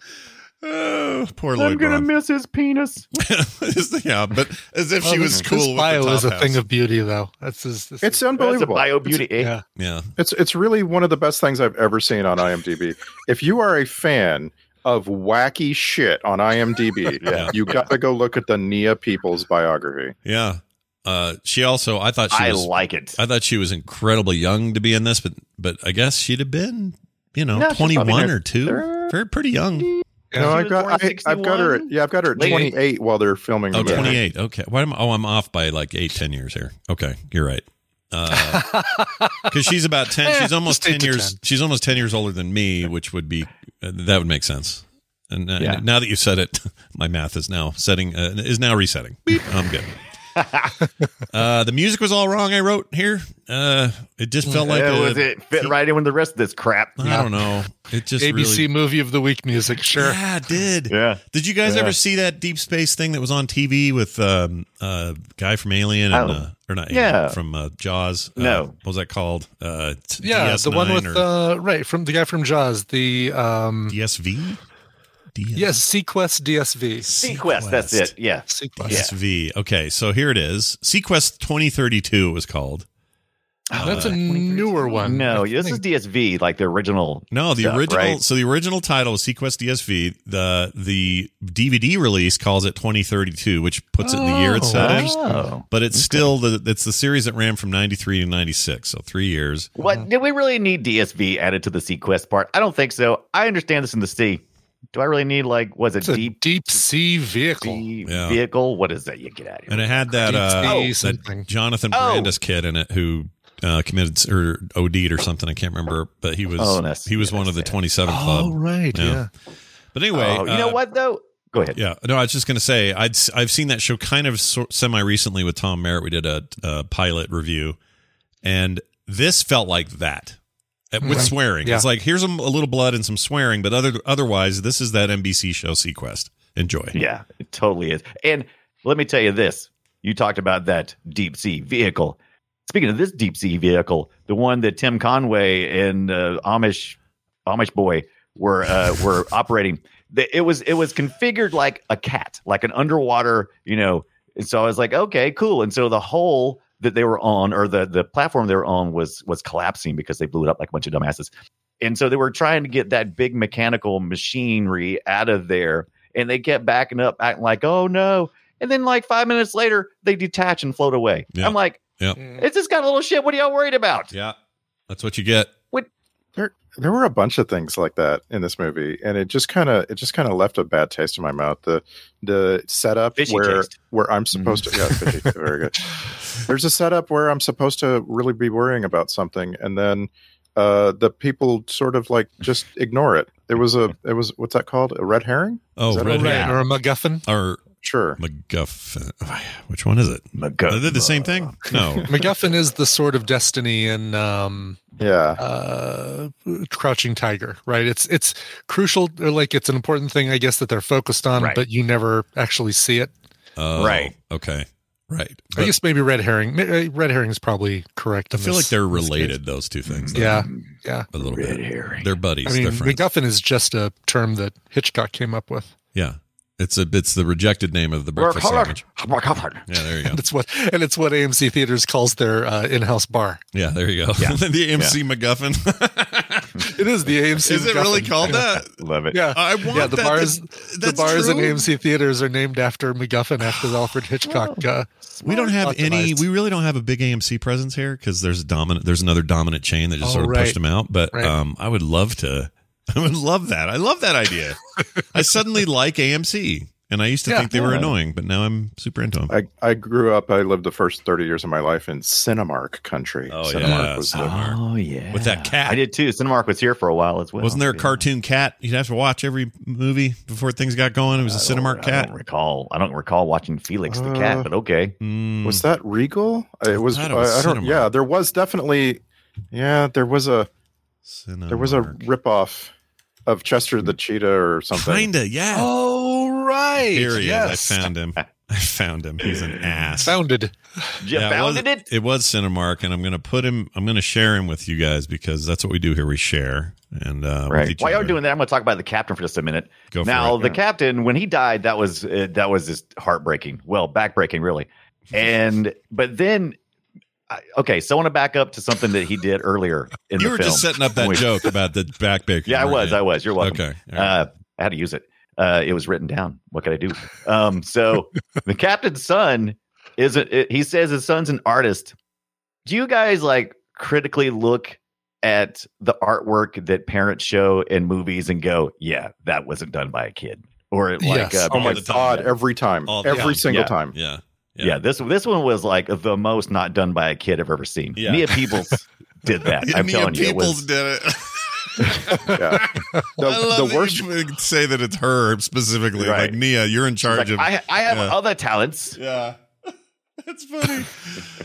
Oh, poor Lloyd. Braun. miss his penis. yeah, but as if Well, she this- was cool. This with bio the top is a half. thing of beauty, though. That's his, this It's is- That's a unbelievable. bio beauty. eh? yeah. Yeah, It's it's really one of the best things I've ever seen on IMDb. if you are a fan of wacky shit on IMDb, Yeah. you got to go look at the Nia Peoples biography. yeah. Uh, she also, I thought she I was, like it. I thought she was incredibly young to be in this, but but I guess she'd have been, you know, No, she's twenty probably one there- or two, there- very pretty young. Yeah. no, She I've was got born I, I've got her. At, 61? yeah, I've got her at Late 28 while they're filming. Oh, the movie. 28. Okay, why am oh I'm off by like eight ten years here. Okay, you're right. Because she's about ten. She's Eh, almost just ten eight to years. 10. She's almost ten years older than me, which would be uh, that would make sense. And uh, Yeah. now that you've said it, my math is now setting uh, is now resetting. Beep. I'm good. uh, the music was all wrong. I wrote here. Uh, it just felt like Yeah, a- was it fit right in with the rest of this crap? I don't know. It just ABC really, movie of the week music, sure. Yeah, it did. Yeah. Did you guys Yeah. ever see that deep space thing that was on TV with um uh guy from Alien and Oh. uh, or not Yeah. Alien, from uh, Jaws? Uh, No. what was that called? Uh, t- Yeah, DS9 the one with or uh, right from the guy from Jaws, the um, DSV. DS- yes, Sequest DSV. Sequest, that's it. Yeah. Sequest. DSV. Okay, so here it is. Sequest 2032 it was called. That's a newer one. No, I this is think. DSV, like the original. No, the stuff, original. right? So the original title is Sequest DSV. The the DVD release calls it 2032, which puts it in the year it's set in. Oh. But it's still the it's the series that ran from 93 to 96, so 3 years. What did we really need DSV added to the Sequest part? I don't think so. I understand this in the sea. Do I really need like was it It's a deep deep, sea vehicle. sea Yeah. vehicle? What is that? You get out of here. And it had that Deep uh Sea that something. Jonathan Oh. Brandis kid in it who uh, committed or OD'd or something. I can't remember, but he was Oh, that's- he was one of the that's it. 27 club. Oh, right. Yeah. But anyway, Oh, you know uh, what though? Go ahead. Yeah, no, I was just gonna say I'd s- I've seen that show kind of semi recently with Tom Merritt. We did a, a pilot review, and this felt like that Uh, with Right. swearing. Yeah. It's like here's a, m- a little blood and some swearing, but other otherwise this is that NBC show Sequest. Enjoy. Yeah, it totally is. And let me tell you this you talked about that deep sea vehicle. Speaking of this deep sea vehicle, the one that Tim Conway and uh, Amish Amish boy were uh, were operating, the, it was it was configured like a cat, like an underwater, you know. And so I was like, okay, cool. And so the hole that they were on, or the the platform they were on, was was collapsing because they blew it up like a bunch of dumbasses. And so they were trying to get that big mechanical machinery out of there and they kept backing up, acting like, oh no. And then like five minutes later, they detach and float away. Yeah. I'm like, Yeah. it's this kind of little shit. What are y'all worried about? Yeah, that's what you get. There, there were a bunch of things like that in this movie, and it just kind of, it just kind of left a bad taste in my mouth. The, the setup Fishy where, taste. where I'm Mm-hmm. supposed to, yeah, fishy, very good. There's a setup where I'm supposed to really be worrying about something, and then uh, the people sort of like just ignore it. It was a, it was what's that called? A red herring? Is Oh, that red all Right. herring Or a MacGuffin. or Sure. MacGuffin. Which one is it? Are they the same thing? No. MacGuffin is the sword of destiny in um, Yeah. uh, Crouching Tiger, right? It's it's crucial, or like it's an important thing, I guess, that they're focused on, Right. but you never actually see it. Oh, Right. Okay. Right. I But guess maybe red herring. Ma- uh, Red herring is probably correct. I in feel this- like they're in this case. related. Those two things. though, Yeah, yeah. A little Red bit. herring. They're buddies. I mean, They're friends. MacGuffin is just a term that Hitchcock came up with. Yeah. It's a it's the rejected name of the breakfast sandwich. "Oh, Yeah, there you go. And it's what and it's what AMC theaters calls their uh, in-house bar. Yeah, there you go. the AMC MacGuffin. It is the AMC. is it really MacGuffin. called that? Love it. Yeah, I want yeah. The that. bars, That's- the that's bars and true. AMC theaters are named after MacGuffin after the Alfred Hitchcock. Uh, We don't have any. Optimized. We really don't have a big AMC presence here because there's a dominant. There's another dominant chain that just Oh, sort of pushed right. them out. But Right. um, I would love to. I would love that. I love that idea. I suddenly like AMC, and I used to Yeah. think they were Yeah. annoying, but now I'm super into them. I, I grew up. I lived the first thirty years of my life in Cinemark country. Oh, Cinemark yeah, was the, Cinemark. Oh yeah. With that cat. I did too. Cinemark was here for a while as well. Wasn't there a Yeah. cartoon cat? You'd have to watch every movie before things got going. It was a I don't- Cinemark I cat. don't recall. I don't recall watching Felix the cat, Uh, but okay. Mm, was that Regal? It was. thought I, it was I don't. Cinemark. Yeah, there was definitely. Yeah, there was a Cinemark. Hmm. there was a ripoff of Chester the Cheetah or something. kinda yeah. oh right, Here he yes, is. I found him. I found him. He's an ass. founded. You Yeah, founded was, it. It was Cinemark, and I'm going to put him. I'm going to share him with you guys because that's what we do here. We share and uh, with Right. each While y'all other. doing that, I'm going to talk about the captain for just a minute. Go for now, it. the captain, when he died, that was uh, that was just heartbreaking. Well, backbreaking, really. And but then, I, okay, so I want to back up to something that he did earlier in you the were film. just setting up that Wait. joke about the back baker. Yeah, I was. weren't I was. You're you? welcome. Okay. all right. Uh, I had to use it. Uh, it was written down. What could I do? Um, so the captain's son isn't. It, he says his son's an artist. Do you guys like critically look at the artwork that parents show in movies and go, "Yeah, that wasn't done by a kid," or like, Yes. uh, Oh my All the time. god! Every time, All the every time. single Yeah. time. yeah. yeah. this this one was like the most not done by a kid I've ever seen. Yeah. Mia Peebles did that. Yeah, I'm Mia telling you, it Peoples was did it. Yeah. I love The, that the worst. you would say that it's her specifically. Right. Like Mia, you're in charge like, of. I, I have yeah. other talents. yeah, that's funny.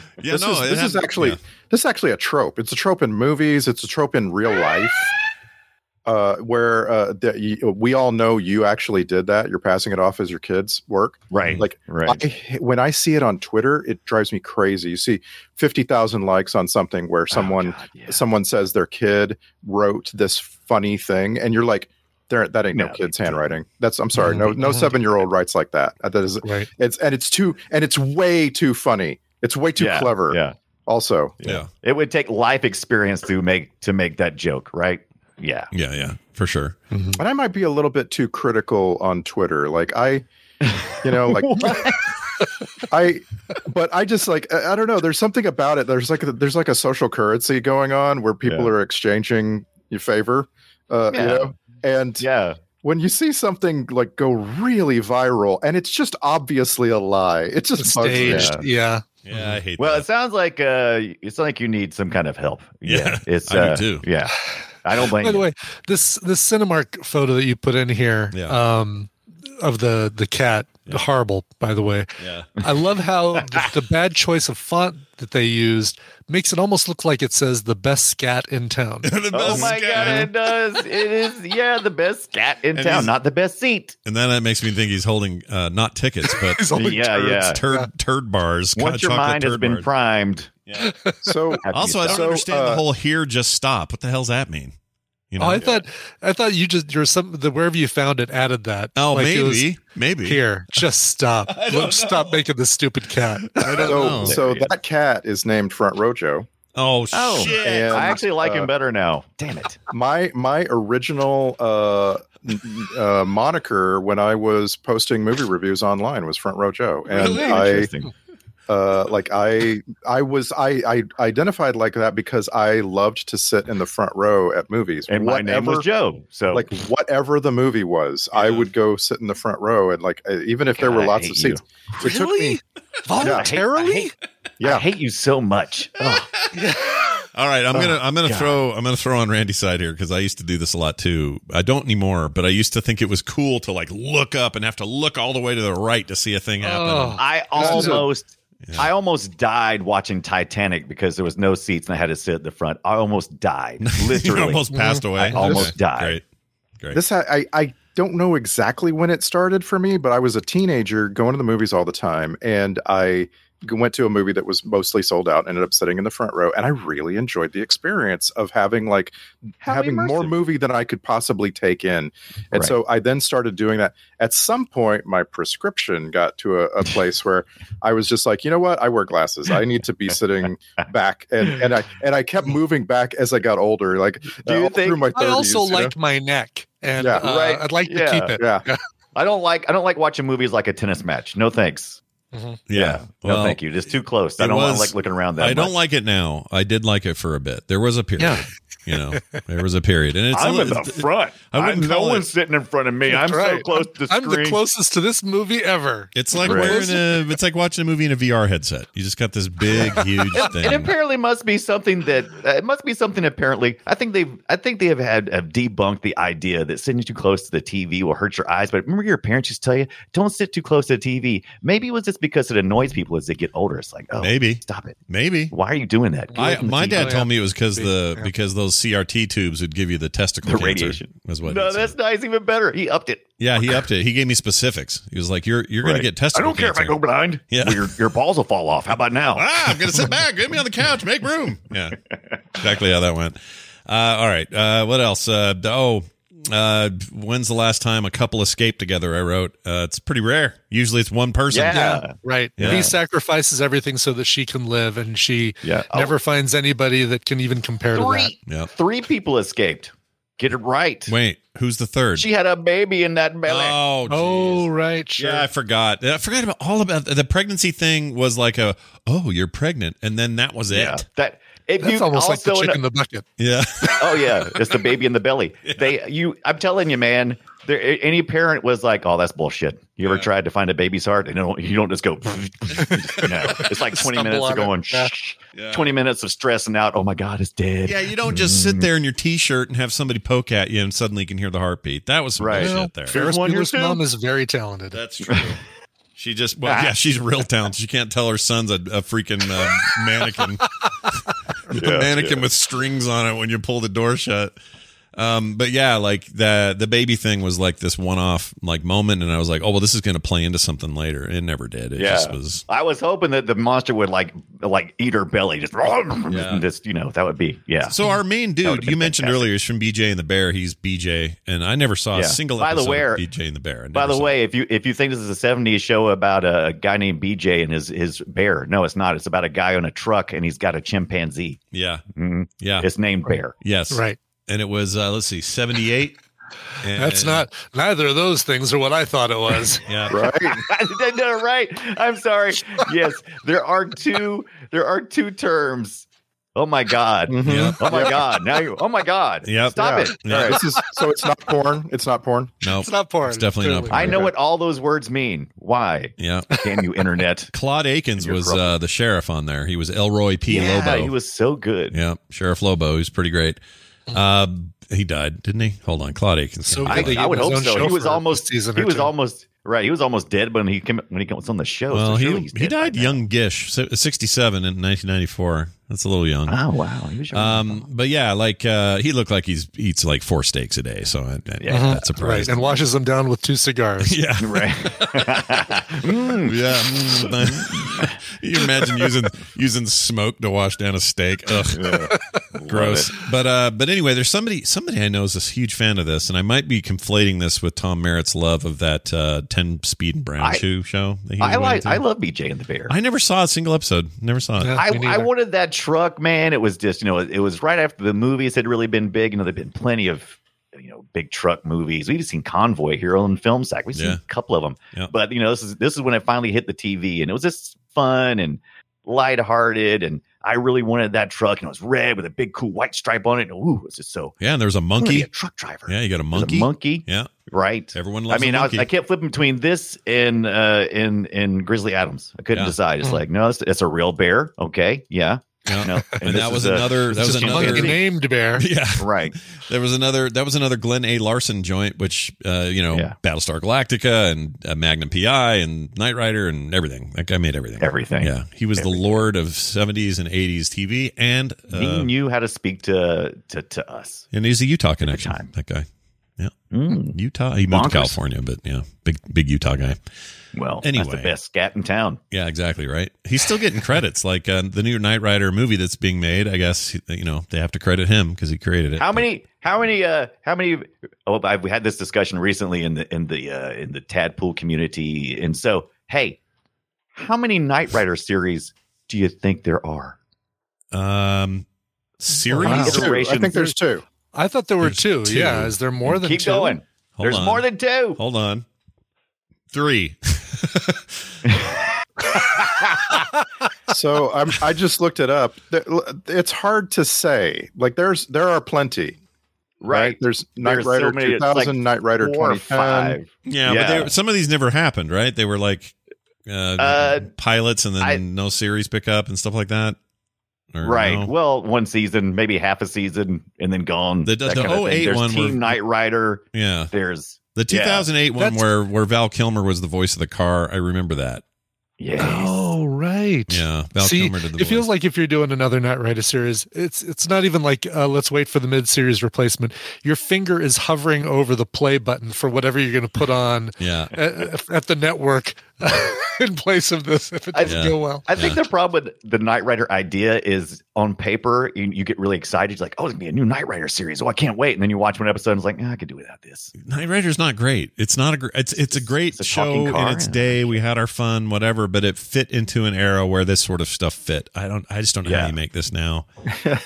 Yeah, this no, is, it this is happened- actually yeah. this is actually a trope. It's a trope in movies. It's a trope in real life, uh, where uh, that you, we all know you actually did that. You're passing it off as your kid's work. Right. Like Right. I, when I see it on Twitter, it drives me crazy. You see 50,000 likes on something where someone Oh, God, yeah. someone says their kid wrote this funny thing and you're like there that ain't no, No, kid's they didn't. handwriting. That's I'm sorry. No no 7-year-old writes like that. That is Right. it's and it's too and it's way too funny. It's way too Yeah, clever. Yeah. Also, yeah, It would take life experience to make to make that joke, right? Yeah. yeah, yeah, for sure. and I might be a little bit too critical on Twitter. Like I, you know, like I, but I just like I I don't know. There's something about it. There's like a, there's like a social currency going on where people Yeah. are exchanging your favor, uh, you Yeah. know. And Yeah. when you see something like go really viral, and it's just obviously a lie, it just bugs me. Staged. Yeah. Yeah, I hate Well, that. it sounds like uh, it's like you need some kind of help. Yeah, it's I do uh, too. Yeah, I don't blame By the you. way, this this Cinemark photo that you put in here, Yeah. um, of the the cat, horrible. By the way, Yeah. I love how the, the bad choice of font that they used makes it almost look like it says the best scat in town. The Oh best my guy. god, it does. It is yeah, the best cat in And town, he's- not the best seat. And then that makes me think he's holding uh, not tickets, but It's only Yeah, turds. yeah. turd turd bars. Once your chocolate mind has turd been bars. primed. Yeah. So have you Also, I don't stopped? So, understand the uh, whole "here, just stop." What the hell's that mean? You know? Oh, I thought I thought you just you're some the wherever you found it added that. oh, Like, it was maybe, maybe. Here, just stop. Let's stop making the stupid cat. I don't know. so, so There you that cat is named Front Rojo. oh, Oh, shit! And, I actually like him uh, better now. Damn it. My my original uh, n- uh, moniker when I was posting movie reviews online was Front Rojo, and Really? I Interesting. uh, like I I was I, I identified like that because I loved to sit in the front row at movies. And my name was Joe. So like whatever the movie was, I Yeah. would go sit in the front row and like uh, even if there God, were I lots of hate you. seats. It took me- Voluntarily? I hate- I Yeah. hate you so much. Ugh. All right, I'm gonna I'm gonna God. throw I'm gonna throw on Randy's side here because I used to do this a lot too. I don't anymore, but I used to think it was cool to like look up and have to look all the way to the right to see a thing happen. Oh. I is a- almost I almost died watching Titanic because there was no seats and I had to sit at the front. I almost died. you Literally. almost passed away. I almost Okay, died. Great, great. This ha- I I don't know exactly when it started for me, but I was a teenager going to the movies all the time, and I g- went to a movie that was mostly sold out. Ended up sitting in the front row, and I really enjoyed the experience of having like How having more immersive. movie than I could possibly take in. And Right. so I then started doing that. At some point, my prescription got to a, a place where I was just like, you know what? I wear glasses. I need to be sitting back, and and I and I kept moving back as I got older, like Do you all think- through my 30s, I also you know? like my neck, and Yeah. uh, Right. I'd like to Yeah. keep it. yeah. I don't like I don't like watching movies like a tennis match. No thanks. yeah. No Well, thank you. Just too close. I it don't want was- to like looking around that I don't much. like it now. I did like it for a bit. There was a period. Yeah. You know, there was a period, and it's I'm a, in the front. I wouldn't I'm- no call it- one's sitting in front of me. I'm so Right. close to the I'm screen. the closest to this movie ever. It's like Right. wearing a. It's like watching a movie in a VR headset. You just got this big, huge thing. It apparently must be something that uh, it must be something. Apparently, I think they've I think they have had have debunked the idea that sitting too close to the TV will hurt your eyes. But remember, your parents used to tell you don't sit too close to the TV. Maybe it was just because it annoys people as they get older. It's like, oh, Maybe. stop it. Maybe. Why are you doing that? Get away I, from the Oh, my TV. dad told me it was because Big, the yeah. because those CRT tubes would give you the testicle The cancer, radiation. Is what no, he said. that's not it's even better. He upped it. yeah. He upped it. He gave me specifics. He was like, "You're you're Right. gonna get testicle I don't care if I cancer. go blind. Yeah. Well, your, your balls will fall off. How about now? ah, I'm gonna sit back. Get me on the couch. Make room. Yeah, exactly how that went. Uh, all right. Uh, what else? Uh, oh, uh, when's the last time a couple escaped together? I wrote. Uh, it's pretty rare. Usually, it's one person. yeah. Right. Yeah. He sacrifices everything so that she can live, and she Yeah. Oh. never finds anybody that can even compare to that. Three. Yep. Three people escaped. Get it right. Wait, who's the third? She had a baby in that belly. oh, geez. Oh, right. Sure. Yeah, I forgot. I forgot about all about the pregnancy thing. Was like a oh, you're pregnant, and then that was it. yeah. That if That's you almost like also the chick in a- in the bucket. Yeah, oh yeah, it's the baby in the belly. They you I'm telling you, man. There, a- any parent was like, "Oh, that's bullshit." You ever tried to find a baby's heart? You don't. You don't just go. no, it's like twenty Stumble minutes on of it. going. Yeah. Shh, Twenty minutes of stressing out. Oh my god, it's dead. yeah. You don't just sit there in your t-shirt and have somebody poke at you, and suddenly you can hear the heartbeat. That was some Right. bullshit Well, there. Ferris one, here's Bueller's two. mom is very talented. That's true. She just Ah. well, yeah, she's real talented. She can't tell her son's a, a freaking um, mannequin, a mannequin with strings on it when you pull the door shut. Um, but yeah, like the the baby thing was like this one off like moment, and I was like, oh well, this is going to play into something later. It never did. It Yeah. just was. I was hoping that the monster would like like eat her belly, just just you know that would be yeah. So our main would've dude been you mentioned fantastic. earlier is from BJ and the Bear. He's BJ, and I never saw a Yeah. single By the episode way- of BJ and the Bear. I By never the saw it. way, if you if you think this is a '70s show about a guy named BJ and his his bear, no, it's not. It's about a guy on a truck and he's got a chimpanzee. yeah, Mhm. yeah, It's named Bear. yes, Right. And it was uh, let's see, seventy eight. That's not neither of those things are what I thought it was. Yeah, Right. no, right. I'm sorry. Yes, there are two. There are two terms Oh my god. Yeah. Oh my god. Now you. Oh my god. Yep. Stop Yeah. it. Yeah. All right, this is so it's not porn. It's not porn. No, It's not porn. It's definitely not clearly. porn. I know what all those words mean. Why? yeah. Can you internet? Claude Akins You're was grumpy. uh, the sheriff on there. He was Elroy P. Lobo. he was so good. yeah, Sheriff Lobo. He's pretty great. Uh, he died, didn't he? Hold on, Claude Akins. So can't good be that blamed. he I, I would was hope on so. show He was for a almost. He season or was two. almost right. He was almost dead when he came when he was on the show. Well, so he, surely he's he dead by died now. young-ish, si- 67 in 1994. That's a little young. Oh wow, he was young. Um, but yeah, like uh, he looked like he's eats like four steaks a day, so I, I, Yeah. am not Right, surprised. and washes them down with two cigars. Yeah, right. Mm. yeah. you imagine using using smoke to wash down a steak? Ugh, gross. But uh, but anyway, there's somebody somebody I know is a huge fan of this, and I might be conflating this with Tom Merritt's love of that uh, ten speed and brown I- shoe show. That he was I way like. into. I love BJ and the Bear. I never saw a single episode. Never saw it. Yeah, I, me I neither. wanted that truck, man. It was just, you know, it was right after the movies had really been big. You know, there'd been plenty of, you know, big truck movies. We've seen Convoy here on Film Sack. We've seen Yeah. a couple of them. Yeah. But you know, this is this is when it finally hit the TV, and it was just fun and lighthearted. And I really wanted that truck, and it was red with a big cool white stripe on it. And ooh, it was just so Yeah, and there was a I wanna be monkey. a truck driver. Yeah, you got a There's monkey. a monkey, Yeah, right? everyone I loves. mean, a I, was, monkey. I kept flipping between this and uh, in in Grizzly Adams. I couldn't Yeah. decide. It's Mm. like, no, it's, it's a real bear. Okay, yeah, Yeah. no, and, this that is was a- another. That this was is a another. Monkey named bear. Yeah, right. there was another. That was another Glenn A. Larson joint, which uh, you know, Yeah. Battlestar Galactica and uh, Magnum PI and Knight Rider and everything. That guy made everything. Everything. Yeah, he was the lord of '70s and '80s TV, and he uh, knew how to speak to to, to us. and he's a Utah connection. time. That guy, Mm, Utah. He moved Bonkers. to California, but yeah, big big Utah guy. well, that's Anyway. the best scat in town. Yeah, exactly right. He's still getting credits, like uh, the new Knight Rider movie that's being made. I guess you know they have to credit him because he created it. How many? How many? Uh, how many? Oh, I've, we had this discussion recently in the in the uh, in the tadpool community, and so hey, how many Knight Rider series do you think there are? Um, series. Wow. Two. I think there's two. I thought there were There's two. two. Yeah, is there more than Keep two? going. Hold There's on. more than two. Hold on. Three. so I'm, I just looked it up. Th- It's hard to say. Like there's there are plenty, right? There's Knight There's so Rider many, it's 2000, like Knight Rider Four or 2010. five. Yeah, but Yeah. they, some of these never happened, right? They were like uh, Uh, pilots and then I- no series pickup and stuff like that. Or Right. no? Well, one season, maybe half a season, and then gone. The- the- That the kind of thing. 08 There's one Team were- Knight Rider. yeah. There's The Yeah. 2008 one That's- where, where Val Kilmer was the voice of the car. I remember that. yes. Oh, right. Yeah. Val See, Kilmer did the it feels voice. like if you're doing another Knight Rider series, it's it's not even like uh, let's wait for the mid series replacement. Your finger is hovering over the play button for whatever you're going to put on yeah. at, at the network in place of this if it I- doesn't Yeah. go well. I think the problem with the Knight Rider idea is on paper, you, you get really excited. You're like, oh, it's going to be a new Knight Rider series. Oh, I can't wait. And then you watch one episode and it's like, "Ah, I could do without this. Knight Rider's not great. It's not a gr- it's it's a great It's a show talking car, in its yeah. day. We had our fun, whatever, but it fit into an era where this sort of stuff fit. I don't I just don't know how Yeah. you make this now.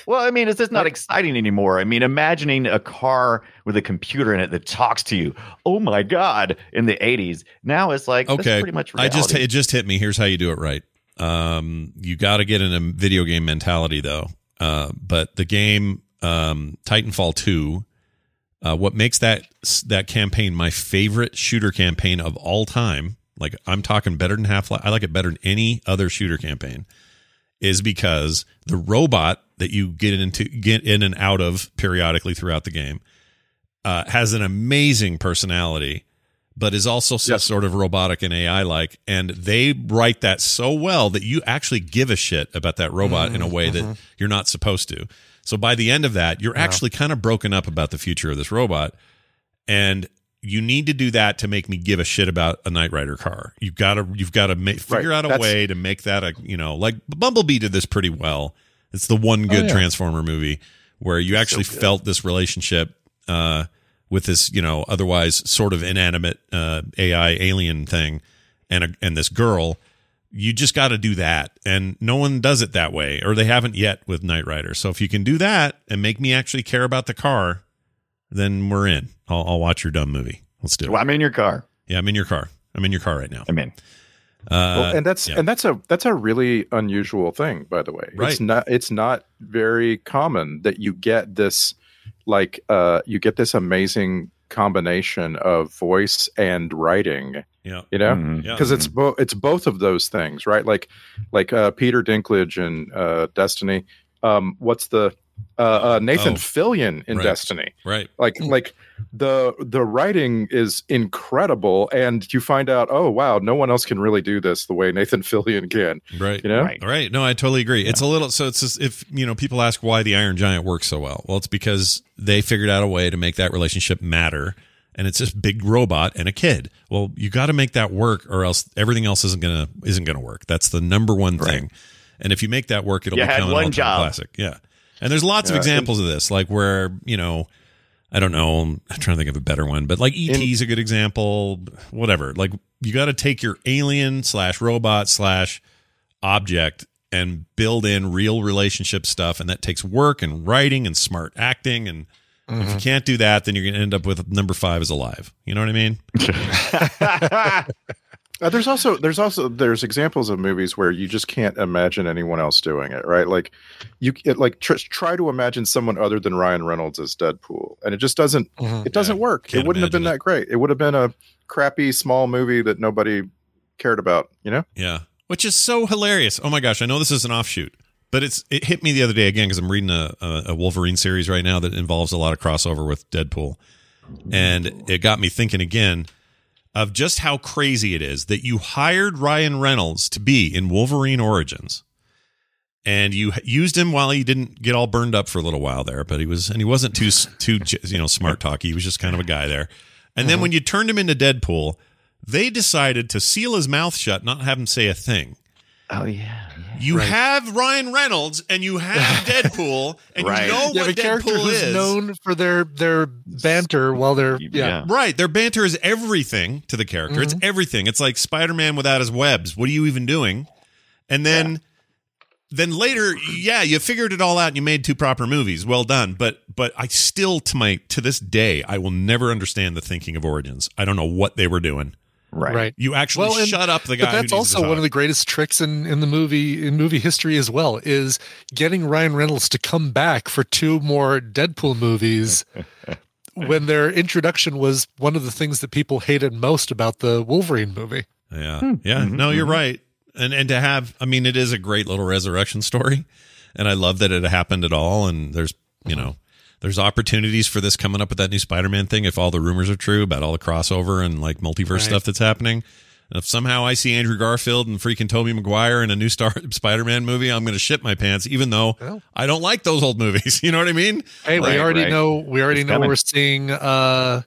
Well, I mean, it's just not exciting anymore. I mean, imagining a car with a computer in it that talks to you. Oh, my God. In the 80s. Now it's like, okay. okay pretty much i reality. just it just hit me here's how you do it right um you got to get in a video game mentality though uh but the game um titanfall 2 uh what makes that that campaign my favorite shooter campaign of all time like i'm talking better than half-life i like it better than any other shooter campaign is because the robot that you get into get in and out of periodically throughout the game uh, has an amazing personality but is also so Yes. sort of robotic and AI like and they write that so well that you actually give a shit about that robot in a way that you're not supposed to so by the end of that you're actually kind of broken up about the future of this robot and you need to do that to make me give a shit about a Knight Rider car. You've got to you've got to ma- figure out a That's- way to make that a you know like Bumblebee did this pretty well. It's the one good yeah. Transformer movie where you actually felt this relationship uh, with this you know otherwise sort of inanimate uh, AI alien thing and a, and this girl. You just got to do that, and no one does it that way, or they haven't yet with Knight Rider. So if you can do that and make me actually care about the car, then we're in. I'll, I'll watch your dumb movie. Let's do it. Well, I'm in your car. Yeah, I'm in your car. I'm in your car right now. I'm in. Uh, Well, and that's and that's a that's a really unusual thing, by the way. Right. It's not it's not very common that you get this like uh you get this amazing combination of voice and writing. Yeah. You know, Mhm. Mm-hmm. Yeah. because it's both it's both of those things, right? Like like uh, Peter Dinklage in uh, Destiny. Um, what's the uh, uh, Nathan Oh. Fillion in Right. Destiny? Right. like like the the writing is incredible and you find out oh wow no one else can really do this the way nathan fillion can Right. you know Right. All right. No, I totally agree. It's a little so it's just if you know people ask why the Iron Giant works so well. Well, it's because they figured out a way to make that relationship matter. And it's this big robot and a kid. Well, you got to make that work, or else everything else isn't gonna isn't gonna work. That's the number one thing. And if you make that work, it'll You had become an one all-time job. classic. Yeah. And there's lots of Yeah, examples of this, like where you know, I don't know, I'm trying to think of a better one, but like ET is a good example. Whatever. Like you got to take your alien slash robot slash object and build in real relationship stuff and that takes work and writing and smart acting and if you can't do that then you're going to end up with number 5 is alive you know what i mean Uh, there's also there's also there's examples of movies where you just can't imagine anyone else doing it right like you it, like tr- try to imagine someone other than ryan reynolds as deadpool and it just doesn't it doesn't work it Mm-hmm. can't wouldn't have been imagine it. that great it would have been a crappy small movie that nobody cared about you know yeah which is so hilarious oh my gosh i know this is an offshoot but it's it hit me the other day again cuz i'm reading a, a a wolverine series right now that involves a lot of crossover with deadpool and it got me thinking again of just how crazy it is that you hired Ryan Reynolds to be in Wolverine Origins, and you h- used him while he didn't get all burned up for a little while there, but he was and he wasn't too s- too j- you know smart talky. He was just kind of a guy there. And then when you turned him into Deadpool, they decided to seal his mouth shut, not have him say a thing. Oh yeah. You have Ryan Reynolds and you have Deadpool, and Right. you know You have what a character Deadpool who's is. known for their their banter while they're yeah. Right. Their banter is everything to the character. It's Mm-hmm. everything. It's like Spider Man without his webs. What are you even doing? And then then later, yeah, you figured it all out and you made two proper movies. Well done. But but I still to my to this day, I will never understand the thinking of origins. I don't know what they were doing. Right. Right. You actually and- shut up the guy. But who that's needs to also talk. one of the greatest tricks in, in the movie in movie history as well is getting Ryan Reynolds to come back for two more Deadpool movies when their introduction was one of the things that people hated most about the Wolverine movie. Yeah. Yeah. Mm-hmm. No, you're right. And and to have I mean, it is a great little resurrection story. And I love that it happened at all. And there's you know, there's opportunities for this coming up with that new Spider Man thing if all the rumors are true about all the crossover and like multiverse stuff that's happening. And if somehow I see Andrew Garfield and freaking Tobey Maguire in a new Star Spider Man movie, I'm gonna shit my pants, even though Oh. I don't like those old movies. You know what I mean? Hey, Right, we already right. know we already It's know coming. we're seeing uh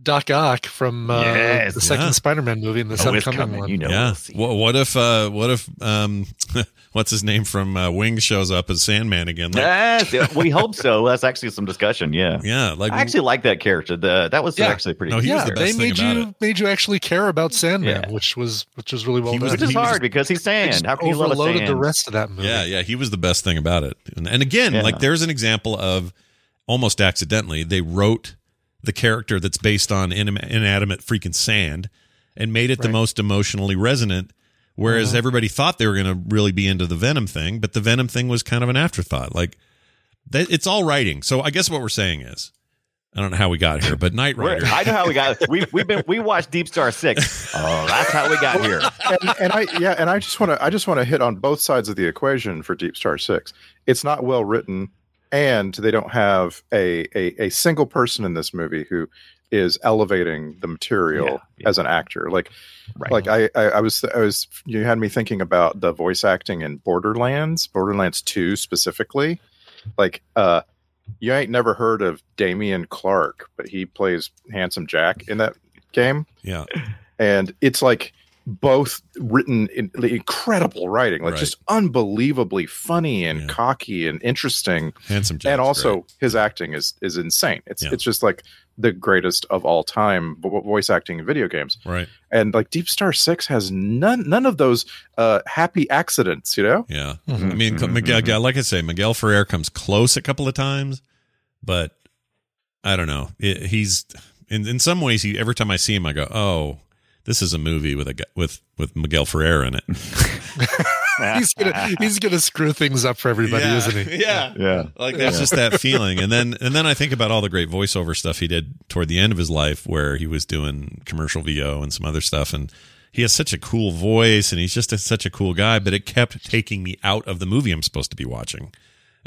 Doc Ock from uh, Yes. the second Yeah. Spider-Man movie and this Oh, it's upcoming coming. one. You know. yeah. we'll see. What, what if uh what if um what's his name from uh, Wings shows up as Sandman again? Like, Yes, yeah, we hope so. That's actually some discussion. Yeah. yeah, like I actually like that character. The, that was Yeah. actually pretty. No, he good was yeah, the character. they best thing made about you made you actually care about Sandman, Yeah. which was which was really well He was- done. Which is he was- hard because he's sand. just How can you love a overloaded sand? the rest of that movie. Yeah, yeah, he was the best thing about it. And, and again, Yeah. like there's an example of almost accidentally they wrote the character that's based on inim- inanimate freaking sand and made it the most emotionally resonant. Whereas Uh-huh. everybody thought they were going to really be into the Venom thing, but the Venom thing was kind of an afterthought. Like that, it's all writing. So I guess what we're saying is, I don't know how we got here, but Knight We're- Rider. I know how we got. We we've been we watched Deep Star Six. Oh, that's how we got here. and, and I yeah, and I just want to I just want to hit on both sides of the equation for Deep Star Six. It's not well written, and they don't have a a, a single person in this movie who is elevating the material Yeah, yeah. as an actor. Like Right. like I, I I was I was you had me thinking about the voice acting in Borderlands, Borderlands Two specifically. Like uh, you ain't never heard of Damian Clark, but he plays Handsome Jack in that game yeah, and it's like both written in like, incredible writing like Right. just unbelievably funny and Yeah. cocky and interesting handsome. Jack's and also great. his acting is is insane it's Yeah. it's just like the greatest of all time vo- voice acting in video games right. and like deep star 6 has none none of those uh happy accidents you know Yeah, I mean, Miguel, like I say, Miguel Ferrer comes close a couple of times, but I don't know. It, he's in in some ways. He every time I see him, I go, "Oh, this is a movie with a gu- with with Miguel Ferrer in it. he's gonna he's gonna screw things up for everybody, yeah. isn't he? Yeah. Yeah. Like there's just that feeling. And then and then I think about all the great voiceover stuff he did toward the end of his life where he was doing commercial VO and some other stuff and he has such a cool voice and he's just a, such a cool guy, but it kept taking me out of the movie I'm supposed to be watching.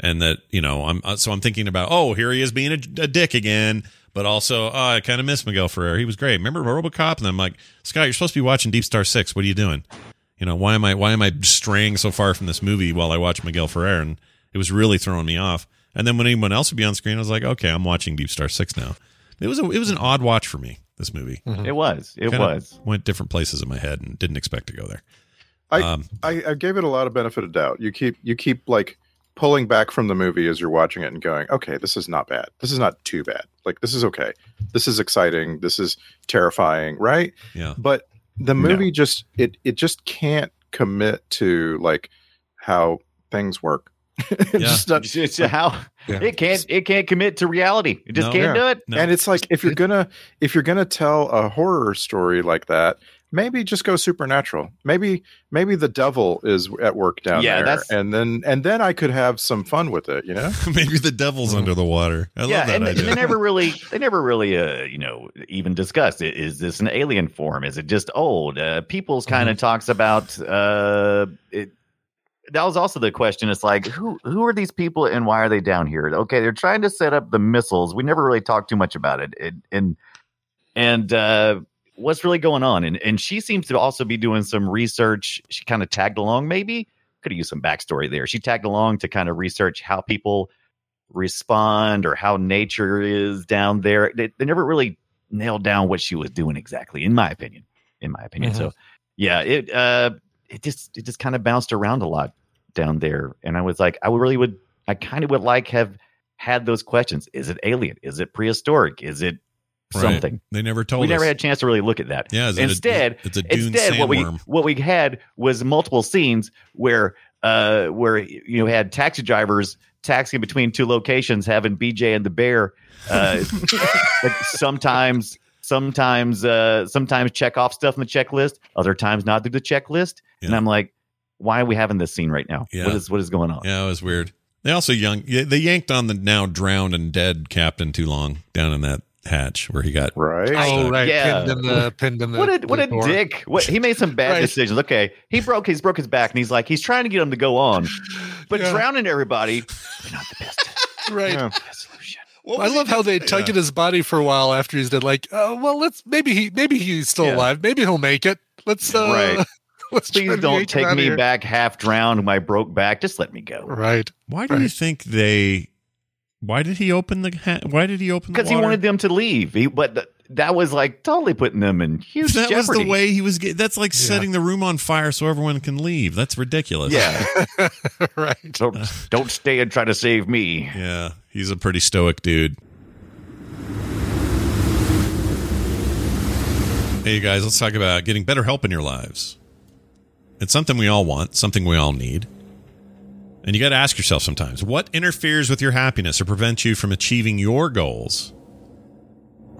And that, you know, I'm uh, so I'm thinking about, oh, here he is being a, a dick again, but also, oh, I kind of miss Miguel Ferrer. He was great. Remember RoboCop? And I'm like, Scott, you're supposed to be watching Deep Star 6. What are you doing? you know why am i why am i straying so far from this movie while i watch miguel ferrer and it was really throwing me off and then when anyone else would be on screen i was like okay i'm watching deep star 6 now it was a, it was an odd watch for me this movie It was. Mm-hmm. It Kinda was. went different places in my head and didn't expect to go there I, Um, I I gave it a lot of benefit of doubt. You keep you keep like pulling back from the movie as you're watching it and going, okay, this is not bad. This is not too bad. Like this is okay. This is exciting. This is terrifying, right? yeah But the movie just it it just can't commit to like how things work. it's Yeah. just not, It's, it's how Yeah. it can't it can't commit to reality. It Oh, just No. can't Yeah. do it. no. And it's like if you're gonna if you're gonna tell a horror story like that, maybe just go supernatural. Maybe maybe the devil is at work down Yeah, there, that's- and then and then I could have some fun with it. You know, maybe the devil's under the water i yeah, love that and, and idea they never really they never really uh, you know even discussed it. Is this an alien form? Is it just old? Uh, Peoples kind of Mm-hmm. talks about uh, it. That was also the question. It's like who who are these people and why are they down here? Okay, they're trying to set up the missiles. We never really talked too much about it, and and, and uh, what's really going on? And and she seems to also be doing some research. She kind of tagged along, maybe could have used some backstory there. She tagged along to kind of research how people respond or how nature is down there. They, they never really nailed down what she was doing exactly, in my opinion. In my opinion, so yeah, it uh, it just it just kind of bounced around a lot down there, and I was like, I would really would, I kind of would like have had those questions: Is it alien? Is it prehistoric? Is it Right. something? they never told we never us had a chance to really look at that. Yeah, is it a- instead, it's a dune instead what we sandworm. what we had was multiple scenes where uh where you know had taxi drivers taxiing between two locations, having BJ and the bear. Uh, like sometimes, sometimes, uh, sometimes check off stuff in the checklist. Other times, not do the checklist. And Yeah. I'm like, why are we having this scene right now? Yeah. What is what is going on? yeah it was weird they also young yeah, they yanked on the now drowned and dead captain too long down in that hatch where he got right? Oh right, Yeah. pinned in the pinned in the what a what a the door. dick! What he made some bad Right. decisions. Okay, he broke his broke his back, and he's like he's trying to get him to go on, but Yeah. drowning everybody. Right. Yeah. I love how they tug at his body for a while after he's dead. Like, oh well, let's maybe he maybe he's still Yeah. alive. Maybe he'll make it. Let's uh, Right. Let's try to Please yank him don't take out of me here. back half drowned, my broke back. Just let me go Right. why do you Right. think they why did he open the ha- why did he open the because he water? wanted them to leave. He, but th- that was like totally putting them in huge that jeopardy. was the way he was. Get, that's like setting the room on fire so everyone can leave. That's ridiculous. Yeah, right. don't don't stay and try to save me. yeah. He's a pretty stoic dude. Hey, you guys. Let's talk about getting better help in your lives. It's something we all want. Something we all need. And you got to ask yourself sometimes what interferes with your happiness or prevents you from achieving your goals?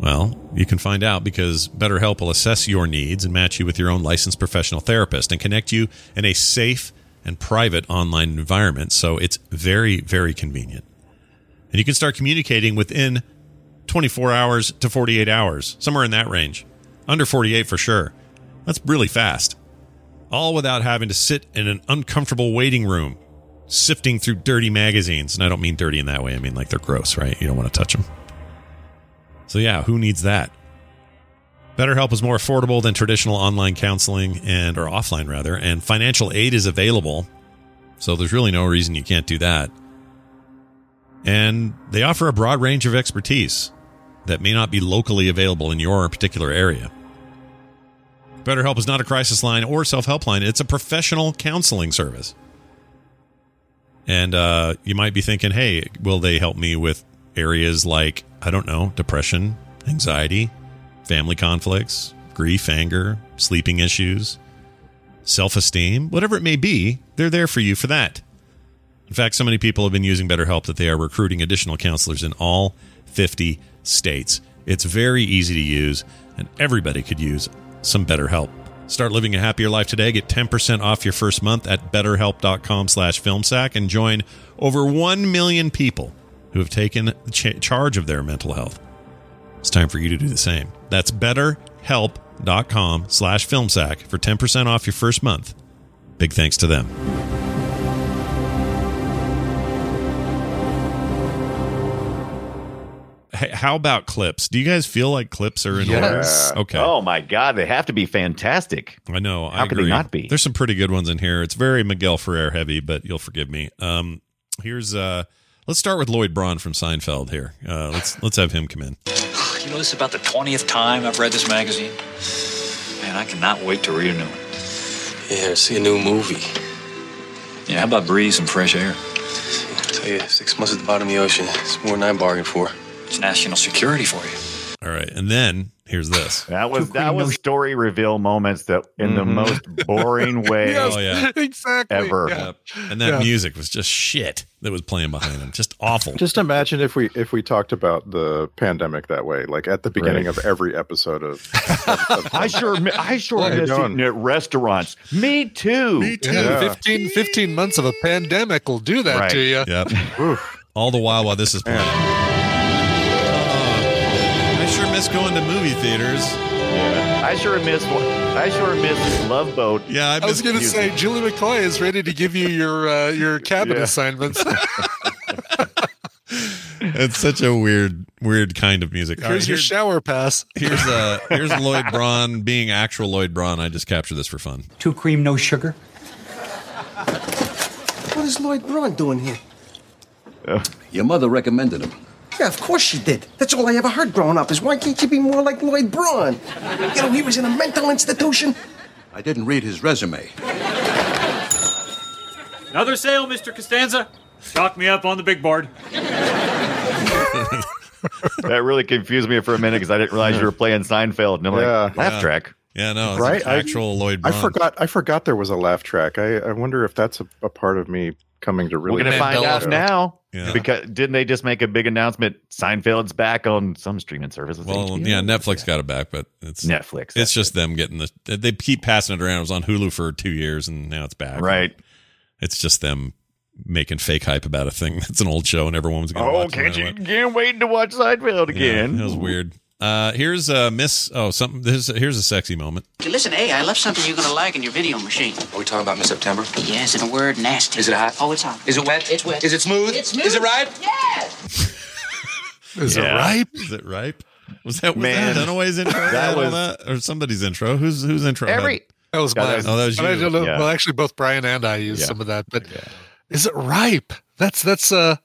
Well, you can find out because BetterHelp will assess your needs and match you with your own licensed professional therapist and connect you in a safe and private online environment. So it's very, very convenient. And you can start communicating within 24 hours to 48 hours, somewhere in that range. Under 48 for sure. That's really fast. All without having to sit in an uncomfortable waiting room, sifting through dirty magazines. And I don't mean dirty in that way. I mean like they're gross, right? You don't want to touch them. So yeah, who needs that? BetterHelp is more affordable than traditional online counseling and or offline rather, and financial aid is available. So there's really no reason you can't do that. And they offer a broad range of expertise that may not be locally available in your particular area. BetterHelp is not a crisis line or self-help line. It's a professional counseling service. And uh, you might be thinking, hey, will they help me with areas like, I don't know, depression, anxiety, family conflicts, grief, anger, sleeping issues, self esteem, whatever it may be, they're there for you for that. In fact, so many people have been using BetterHelp that they are recruiting additional counselors in all 50 states. It's very easy to use, and everybody could use some better help. Start living a happier life today. Get 10% off your first month at betterhelp.com slash filmsack and join over 1 million people who have taken ch- charge of their mental health. It's time for you to do the same. That's betterhelp.com slash filmsack for 10% off your first month. Big thanks to them. Hey, How about clips? Do you guys feel like clips are in Yes. order? Okay. Oh my God, they have to be fantastic. I know. How I could they agree. not be? There's some pretty good ones in here. It's very Miguel Ferrer heavy, but you'll forgive me. Um, here's uh, let's start with Lloyd Braun from Seinfeld. Here, uh, let's let's have him come in. You know, this is about the 20th time I've read this magazine. Man, I cannot wait to read a new one. Yeah, see a new movie. Yeah, how about breeze and fresh air? I tell you, six months at the bottom of the ocean, it's more than I bargained for. It's national security for you. All right, and then here's this. That was that was story reveal moments that in the Mm-hmm. Mhm. most boring way Yes, Oh, yeah. exactly. ever. Yeah. And that Yeah. music was just shit that was playing behind him. Just awful. Just imagine if we if we talked about the pandemic that way, like at the beginning Right. of every episode of. I sure mi- I sure What are you miss doing? eating at restaurants. Me too. Me too. Yeah, Yeah. 15, 15 months of a pandemic will do that Right. to you. Yep. Oof. All the while while this is playing. Uh, I sure miss going to movie theaters. I sure miss I sure miss Love Boat. Yeah, I, I miss was going to say, Julie McCoy is ready to give you your uh, your cabin Yeah. assignments. It's such a weird, weird kind of music. All right, Here's your shower pass. Here's uh here's Lloyd Braun being actual Lloyd Braun. I just captured this for fun. Two cream, no sugar. What is Lloyd Braun doing here? Your mother recommended him. Yeah, of course she did. That's all I ever heard growing up is why can't you be more like Lloyd Braun? You know, he was in a mental institution. I didn't read his resume. Another sale, Mr. Costanza. Stock me up on the big board. That really confused me for a minute because I didn't realize you were playing Seinfeld. And I'm Yeah. like, laugh Yeah. track. Yeah, no, it's Right? I- actual Lloyd I Braun. forgot. I forgot there was a laugh track. I, I wonder if that's a, a part of me coming to really. We're gonna find Mandela. out now. Yeah. Because didn't they just make a big announcement? Seinfeld's back on some streaming services. Well, HBO? yeah, Netflix got it back, but it's Netflix. It's just them getting the. They keep passing it around. It was on Hulu for two years, and now it's back. right. It's just them making fake hype about a thing that's an old show, and everyone was going. to Oh, watch it no can't matter you what. can't wait to watch Seinfeld again? Yeah, that was weird. Uh, here's uh Miss. Oh, something. This here's a sexy moment. Listen, hey, I left something you're gonna like in your video machine. Are we talking about Miss September? Yes, in a word, nasty. Is it hot? Oh, it's hot. Is it wet? It's wet. Is it smooth? It's smooth. Is it ripe? Yes. Is Yeah. it ripe? Is it ripe? Was that was Man. that Dunaway's intro? That That was- that? or somebody's intro? Who's who's intro? had- Every That was Yeah, mine. that's- Oh, that was But I you. don't know. Yeah. Well, actually, both Brian and I used Yeah. some of that. But is it ripe? That's that's uh,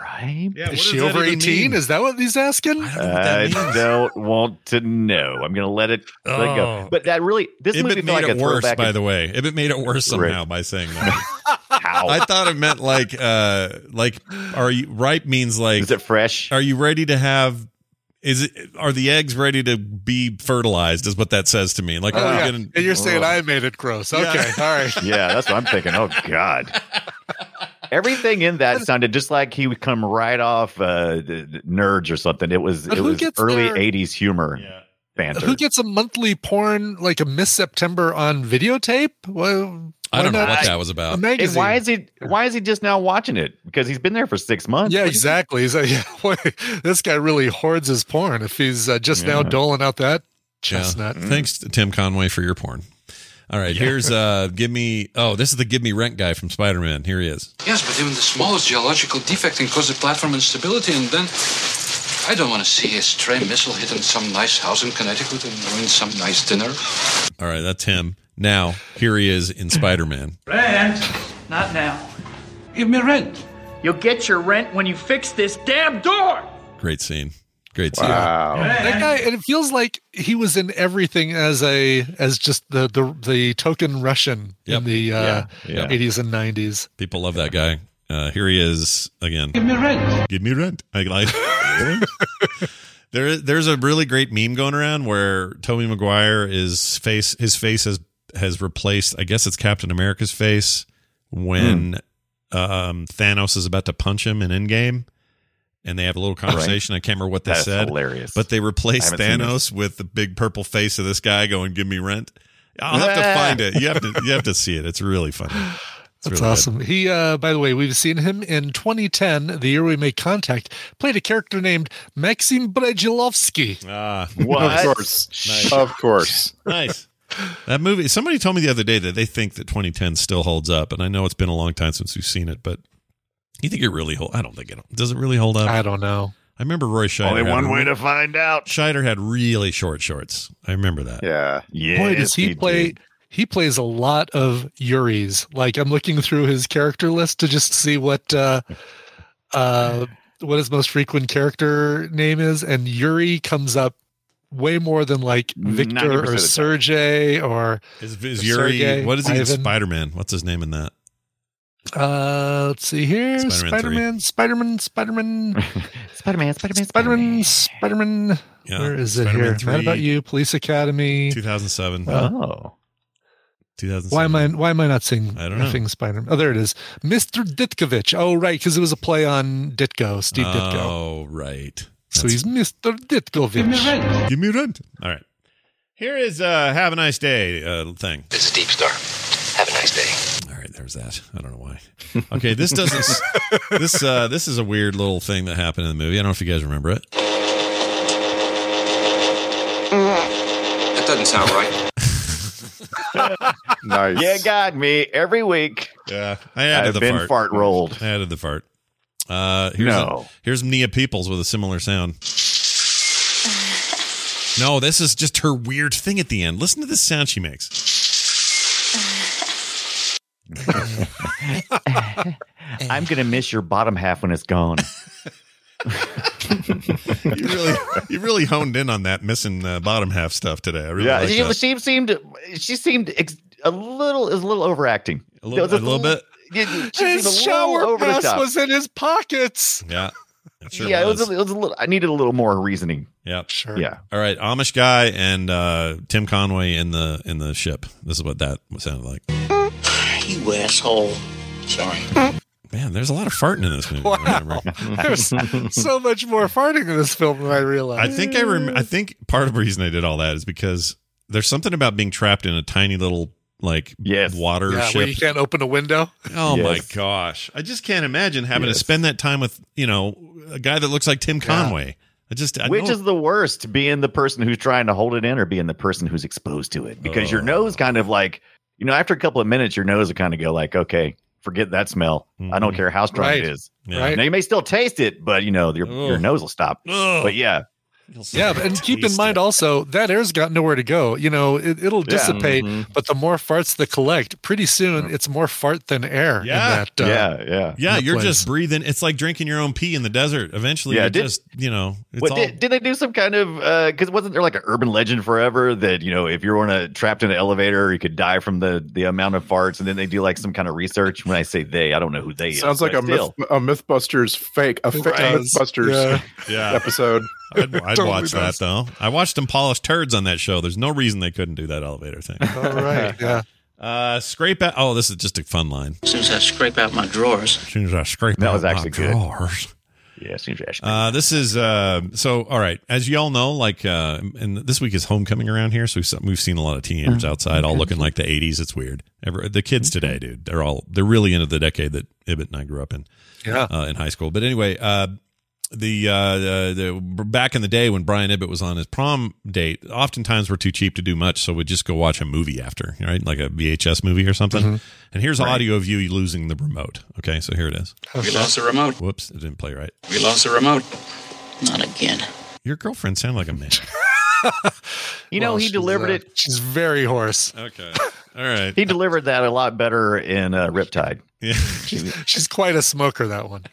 right. Yeah, what is does she that over even eighteen? mean? Is that what he's asking? I don't know what that I means. don't want to know. I'm gonna let it let it Oh. go. But that really, this movie Ibit felt made like it a worse, throwback. by the way. Ibit made it worse somehow Right. by saying that. How I thought it meant like, uh, like, are you ripe means like, is it fresh? are you ready to have? Is it are the eggs ready to be fertilized? Is what that says to me. Like, Oh, are yeah. you gonna? And you're saying I made it gross. Okay, all right. yeah, that's what I'm thinking. Oh God. Everything in that sounded just like he would come right off uh, the- the Nerds or something. It was But it who was gets early their- '80s humor banter. Who gets a monthly porn like a Miss September on videotape? Well, I don't why know not what that was A about. magazine. And why is he why is he just now watching it? Because he's been there for six months. yeah, What is- exactly. He's like, yeah, boy, this guy really hoards his porn. If he's uh, just now Yeah. doling out that Yeah. chestnut, Mm. Thanks, to Tim Conway, for your porn. All right, here's uh, give me. Oh, this is the give me rent guy from Spider Man. Here he is. Yes, but even the smallest geological defect can cause the platform instability, and then I don't want to see a stray missile hit in some nice house in Connecticut and ruin some nice dinner. All right, that's him. Now here he is in Spider Man. Rand, Not now. Give me rent. You'll get your rent when you fix this damn door. Great scene. Great scene. Wow. that guy. And it feels like he was in everything as a as just the the, the token Russian Yep. in the uh, Yeah. 80s and 90s. People love that guy. Uh, here he is again. Give me rent. Give me rent. I like. there, there's a really great meme going around where Tommy Maguire is face. His face has has replaced. I guess it's Captain America's Hmm. face when um, Thanos is about to punch him in Endgame, and they have a little conversation. I can't remember what they That's said. hilarious. But they replace I haven't seen Thanos with the big purple face of this guy going, "Give me rent." I'll have to find it. You have to you have to see it. It's really funny. It's really That's good. awesome. He, uh, by the way, we've seen him in 2010, the year we make contact, played a character named Maxim Bredzielowski. Ah, Of course. Of course. nice. That movie. Somebody told me the other day that they think that 2010 still holds up, and I know it's been a long time since we've seen it, but you think it really hold? I don't think it does. It really hold up. I don't know. I remember Roy Scheider. Only had one a way re- to find out. Uh, Scheider had really short shorts. I remember that. Yeah. Yeah. Boy, does he, play? He plays a lot of Yuri's. Like I'm looking through his character list to just see what uh, uh, what his most frequent character name is, and Yuri comes up way more than like 90% of Victor the time. or Sergey or Is, is or Yuri? Sergei, what is he? Ivan. Spider Man. What's his name in that? Uh, let's see here. Spider-Man Spider-Man, Spider-Man, Spider-Man, Spider-Man, Spider-Man, Spider-Man, Spider-Man. Yeah, Where is it Spider-Man here? 3. Mad About You, Police Academy. 2007. Oh. 2007. Why am I why am I not seeing I don't know. nothing Spider-Man? Oh, there it is. Mr. Ditkovich. Oh, right, because it was a play on Ditko, Steve Ditko. Oh, right. So he's Mr. Ditkovich. Give me rent. All right. Here is uh have a nice day uh thing. This is Deep Star. Have a nice day. All right, there's that. I don't know why. Okay, this doesn't this uh this is a weird little thing that happened in the movie. I don't know if you guys remember it. That doesn't sound right. nice. You got me every week. Yeah. I added I've the been fart. fart rolled. I added the fart. Uh here's No. here's Nia Peoples with a similar sound. No, this is just her weird thing at the end. Listen to this sound she makes. I'm gonna miss your bottom half when it's gone. You really, you really honed in on that missing uh, bottom half stuff today. I really yeah, like she, that. she seemed she seemed ex- a little is a little overacting. A little- a little bit? Yeah, she seemed a His little shower over the pass top. was in his pockets. Yeah. It sure yeah, was. It, was a, it was a little. I needed a little more reasoning. Yep. Sure. Yeah, All right, Amish guy and uh, Tim Conway in the in the ship. This is what that sounded like. You asshole. Sorry. Man, there's a lot of farting in this movie. I, There's so much more farting in this film than I I realized. think I rem- I think part of the reason I did all that is because there's something about being trapped in a tiny little like Yes. water yeah, where you ship. can't open a window. Oh my Yes. gosh, I just can't imagine having Yes. to spend that time with you know a guy that looks like Tim Conway. I just I which know- is the worst? Being the person who's trying to hold it in, or being the person who's exposed to it? Because Oh. your nose kind of like you know, after a couple of minutes, your nose will kind of go like, okay, forget that smell. I Mm-hmm. don't care how strong Right. it is. Yeah. Right. Now you may still taste it, but you know your your Ugh. nose will stop. Ugh. But yeah, Yeah, but- and keep in mind also that air's got nowhere to go. You know, it, it'll Yeah. dissipate, but the more farts that collect, pretty soon it's more fart than air. Yeah. in that, uh, yeah, yeah. Yeah, in the you're place. just breathing. It's like drinking your own pee in the desert. Eventually, Yeah, you're did- just you know. It's What, all, did, did they do some kind of because wasn't there like an urban legend forever that you know if you were in a trapped in an elevator you could die from the the amount of farts and then they do like some kind of research when I say they I don't know who they is, Sounds like but a, myth, still. a MythBusters fake, a fake Right. MythBusters Yeah. yeah, episode. I'd, I'd Totally watch that messed. though. I watched them polish turds on that show. There's no reason they couldn't do that elevator thing. All right. Yeah. Uh, scrape out. Oh, this is just a fun line. As soon as I scrape out my drawers, As soon as I scrape That out was my actually good. drawers. yeah seems rational. Uh, this is uh, so all right. As y'all know, like, uh, and this week is homecoming around here, so we've, se- we've seen a lot of teenagers outside, all looking like the '80s. It's weird. Every, the kids today, dude, they're all they're really into the decade that Ibbot and I grew up in. Yeah. uh, in high school. But anyway, uh, the, uh, the the back in the day when Brian Ibbett was on his prom date, oftentimes we're too cheap to do much, so we'd just go watch a movie after, right? Like a VHS movie or something. And here's audio of you losing the remote. Okay, so here it is. We lost the remote. Whoops, it didn't play right. We lost the remote. not again. Your girlfriend sounded like a man. you know Well, he she's, delivered uh, it She's very hoarse. okay, all right. he delivered that a lot better in uh, Riptide Yeah, She's quite a smoker. That one.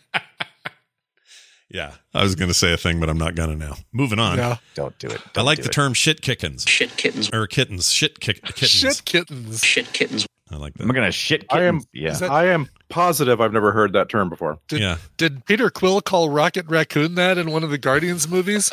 yeah. I was gonna say a thing, but I'm not gonna now. Moving on. Yeah. don't do it I Don't like do the it. term shit kickens Shit kittens. or kittens. Shit kick kittens. Shit kittens. Shit kittens. I like that. I'm gonna shit I am- kittens. yeah is that- I am positive I've never heard that term before. Did, Yeah. Did Peter Quill call Rocket Raccoon that in one of the Guardians movies?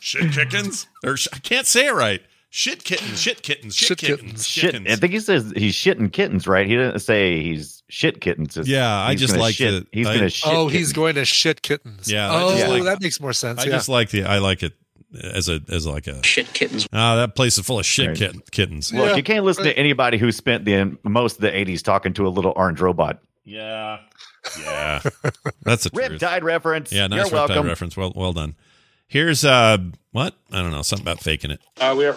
Shit kickens or sh- I can't say it right. Shit kittens, shit kittens, shit, Shit kittens, shit kittens. I think he says he's shitting kittens, right? He didn't say he's shit kittens. It's- Yeah, I he's just gonna like shit, that- He's I- gonna shit. oh, kittens. he's going to shit kittens. Yeah, I Oh, just like- that makes more sense. I yeah. just like the I like it as a as like a shit kittens. Ah, that place is full of shit kitten, kittens. Look, you can't listen to anybody who spent the most of the '80s talking to a little orange robot. Yeah. Yeah. That's a Rip died reference. Yeah, nice You're reptile welcome. reference. Well well done. Here's uh what? I don't know, something about faking it. Uh, we are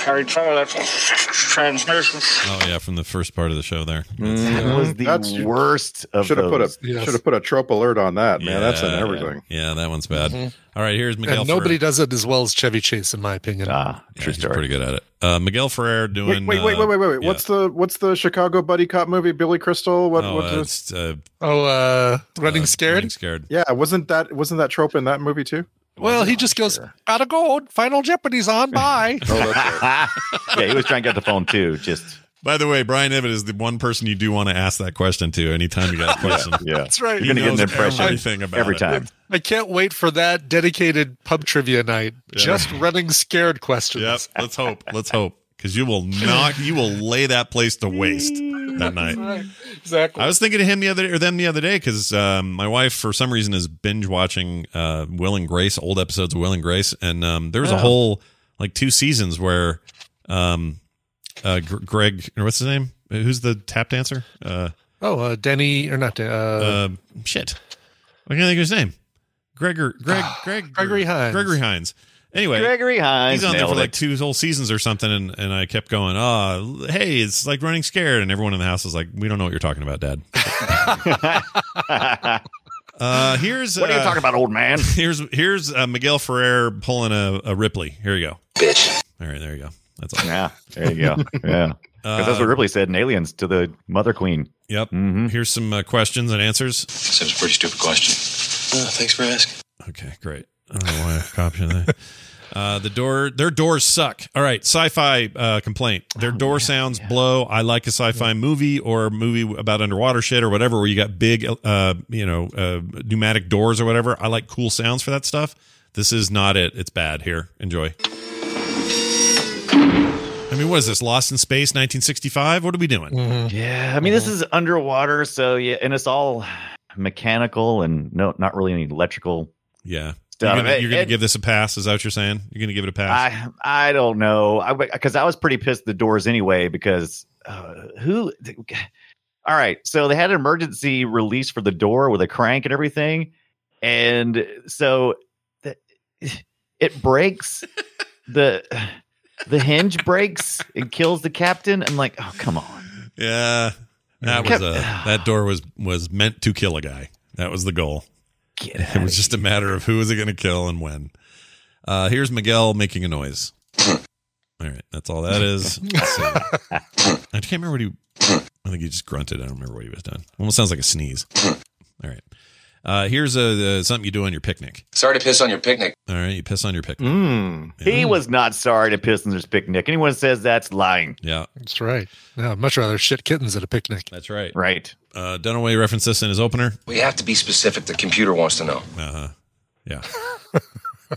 carried trailer transmission. Oh yeah, from the first part of the show there. That was the worst of Should have put a those. should have put a trope alert on that, man. That's in Yeah. everything. Yeah, that one's bad. All right, here's Miguel and Ferrer. nobody does it as well as Chevy Chase, in my opinion. Ah, Yeah, he's pretty good at it. Uh Miguel Ferrer Wait, doing wait, wait, uh, wait, wait, wait. yeah. What's the what's the Chicago buddy cop movie? Billy Crystal. What? Oh, what's uh, the- it's, uh, Oh, uh, running scared. Running Scared. yeah, wasn't that wasn't that trope in that movie too? Well, he just goes, gotta go. Final Jeopardy's on. Bye. yeah, he was trying to get the phone too. Just By the way, Brian Evatt is the one person you do want to ask that question to anytime you got a question. yeah, That's right. You're gonna get an knows impression everything about every it. time. I can't wait for that dedicated pub trivia night. Just running scared questions. Yep. Let's hope. Let's hope. Because you will not, you will lay that place to waste that night. Exactly. I was thinking of him the other or them the other day because um, my wife, for some reason, is binge watching uh, Will and Grace, old episodes of Will and Grace, and um, there was a Oh. whole like two seasons where um, uh, Gr- Greg, or what's his name? Who's the tap dancer? Uh, Oh, uh, Denny or not? Dan- Uh, um, shit. I can't think of his name. Gregor, Greg, Greg, Gregory Hines. Gregory Hines. Anyway, Gregory Hines. he's on there for nailed like it. two whole seasons or something, and, and I kept going, oh, hey, it's like running scared, and everyone in the house was like, we don't know what you're talking about, Dad. uh, here's What are you uh, talking about, old man? Here's here's uh, Miguel Ferrer pulling a, a Ripley. Here you go. Bitch. All right, there you go. That's all. Yeah, there you go. Yeah, because Uh, that's what Ripley said in Aliens to the Mother Queen. Yep. Mhm. Here's some uh, questions and answers. Seems a pretty stupid question. Uh, thanks for asking. Okay, great. I don't know why I copying that. Uh, the door, their doors suck. All right, sci-fi uh, complaint. Their Oh, door sounds blow. I like a sci-fi movie or movie about underwater shit or whatever, where you got big, uh, you know, uh, pneumatic doors or whatever. I like cool sounds for that stuff. This is not it. It's bad. Here, enjoy. I mean, what is this? Lost in Space, 1965. What are we doing? Mm. Yeah, I mean this is underwater, so yeah, and it's all mechanical and no, not really any electrical Yeah, you're stuff. gonna, It- you're gonna it- give this a pass. Is that what you're saying? You're gonna give it a pass? I I don't know. I because I was pretty pissed at the doors anyway because uh, who? all right, so they had an emergency release for the door with a crank and everything, and so the, it breaks the the hinge breaks and kills the captain. I'm like, oh come on. yeah, that was Kept- a that door was was meant to kill a guy. That was the goal. Get It was just a matter of who was it going to kill and when. Uh, here's Miguel making a noise. all right, that's all that is. Let's see. I can't remember what he. I think he just grunted. I don't remember what he was doing. Almost sounds like a sneeze. All right. Uh, here's a, uh something you do on your picnic. Sorry to piss on your picnic. All right, you piss on your picnic. Mm. He was not sorry to piss in his picnic. Anyone says that's lying, Yeah, That's right. No, I'd much rather shit kittens at a picnic. that's right. right? Uh, Dunaway referenced this in his opener. We have to be specific. The computer wants to know. Uh huh. Yeah.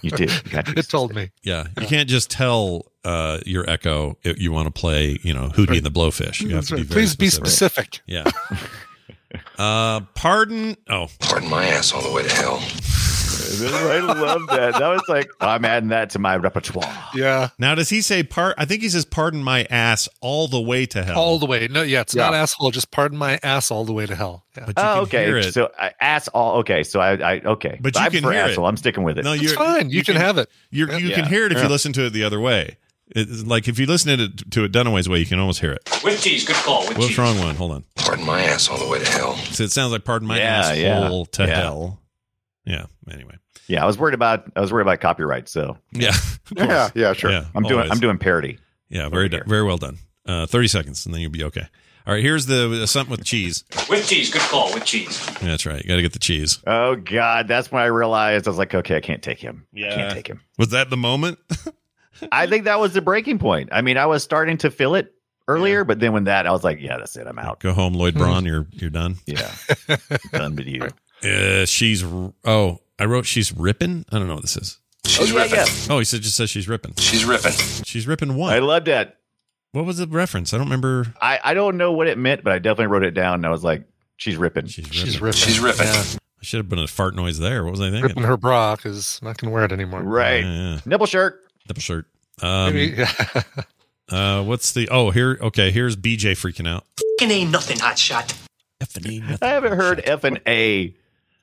You did. You got to be It told me. Yeah, you can't just tell uh, your Echo if you want to play, you know, Hootie and the Blowfish. You have That's to be right. very Please be specific. Yeah. uh, pardon. Oh, Pardon my ass all the way to hell. I love that. That was like I'm adding that to my repertoire. Yeah. now does he say part? I think he says pardon my ass all the way to hell. All the way. No, yeah, it's not Yeah. asshole. Just pardon my ass all the way to hell. Yeah. but you Oh, can okay. hear it. So I ass all. Okay, so I, I okay. But you I'm can for hear it. asshole. I'm sticking with it. no, it's you're fine. You, can, have it. You're, you can Yeah. hear it if you Yeah. listen to it the other way. It's like if you listen to it, to it Dunaway's way, you can almost hear Oh, it. With cheese, good call. With What's cheese. wrong one? Hold on. Pardon my ass all the way to hell. So it sounds like pardon my Yeah, asshole yeah, to yeah. hell. Yeah. Anyway. yeah, I was worried about I was worried about copyright. So Yeah. of Yeah, course. yeah, sure. Yeah, I'm doing always. I'm doing parody. Yeah, very done, here. very well done. Uh, Thirty seconds, and then you'll be okay. All right, here's the uh, something with cheese. With cheese, good call. With cheese. Yeah, that's right. You got to get the cheese. Oh God, that's when I realized I was like, okay, I can't take him. I can't take him. Was that the moment? I think that was the breaking point. I mean, I was starting to feel it earlier, but then when that, I was like, yeah, that's it. I'm out. Go home, Lloyd Braun. You're you're done. Yeah, done with you. Uh, she's r- oh, I wrote she's ripping. I don't know what this is. She's ripping. Oh, he said just says she's ripping. She's ripping. She's ripping what? I loved that. What was the reference? I don't remember. I, I don't know what it meant, but I definitely wrote it down and I was like, she's ripping. She's ripping. She's ripping. She's ripping. I should have been a fart noise there. What was I thinking? Ripping her bra because not gonna wear it anymore. Right. Nipple shirt. Double shirt. Um, Maybe- uh, what's the? Oh, here. Okay, here's BJ freaking out. It ain't nothing, hotshot. I haven't heard F and A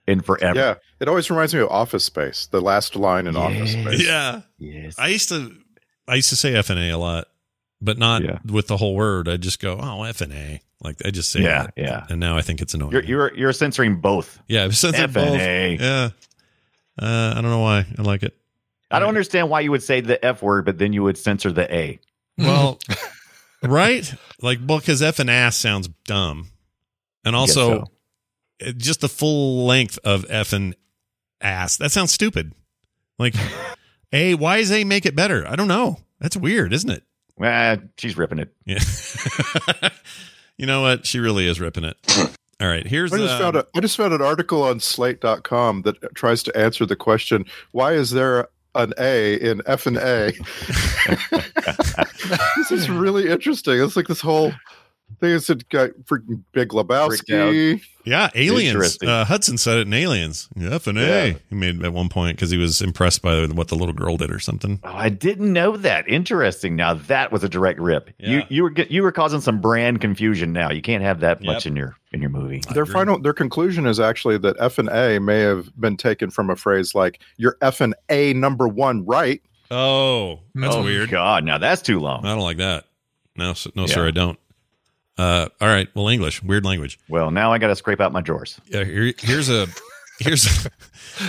in forever. Yeah, it always reminds me of Office Space. The last line in Office Space. Yeah. Yes. I used to. I used to say F and A a lot, but not with the whole word. I just go, oh F and A. Like I just say. Yeah, that. yeah. And now I think it's annoying. You're you're you're censoring both. yeah. Since F and A. Yeah. Uh, I don't know why I like it. I don't understand why you would say the F word, but then you would censor the A. Well, right? Like, well, because F and ass sounds dumb. And I guess also, it- just the full length of F and ass. That sounds stupid. Like, A, why does A make it better? I don't know. That's weird, isn't it? Ah, she's ripping it. Yeah. you know what? She really is ripping it. All right. Here's I just, uh, found a, I just found an article on slate.com that tries to answer the question why is there an A in F and A? this is really interesting. It's like this whole thing. It's a guy, freaking Big Lebowski. Yeah, aliens. Interesting. Uh, Hudson said it in Aliens. F and A. Yeah. He made at one point because he was impressed by what the little girl did or something. Oh, I didn't know that. Interesting. Now that was a direct rip. You Yeah. you were get- you were causing some brand confusion. Now you can't have that much Yep. in your in your movie. Their final, their conclusion is actually that F and A may have been taken from a phrase like "You're F and A number one, right?" Oh, that's oh weird. Uh, God, now that's too long. I don't like that. No, s- no, Yeah. sir, I don't. Uh, all right. Well, English, weird language. Well, now I got to scrape out my drawers. Yeah, here, here's a here's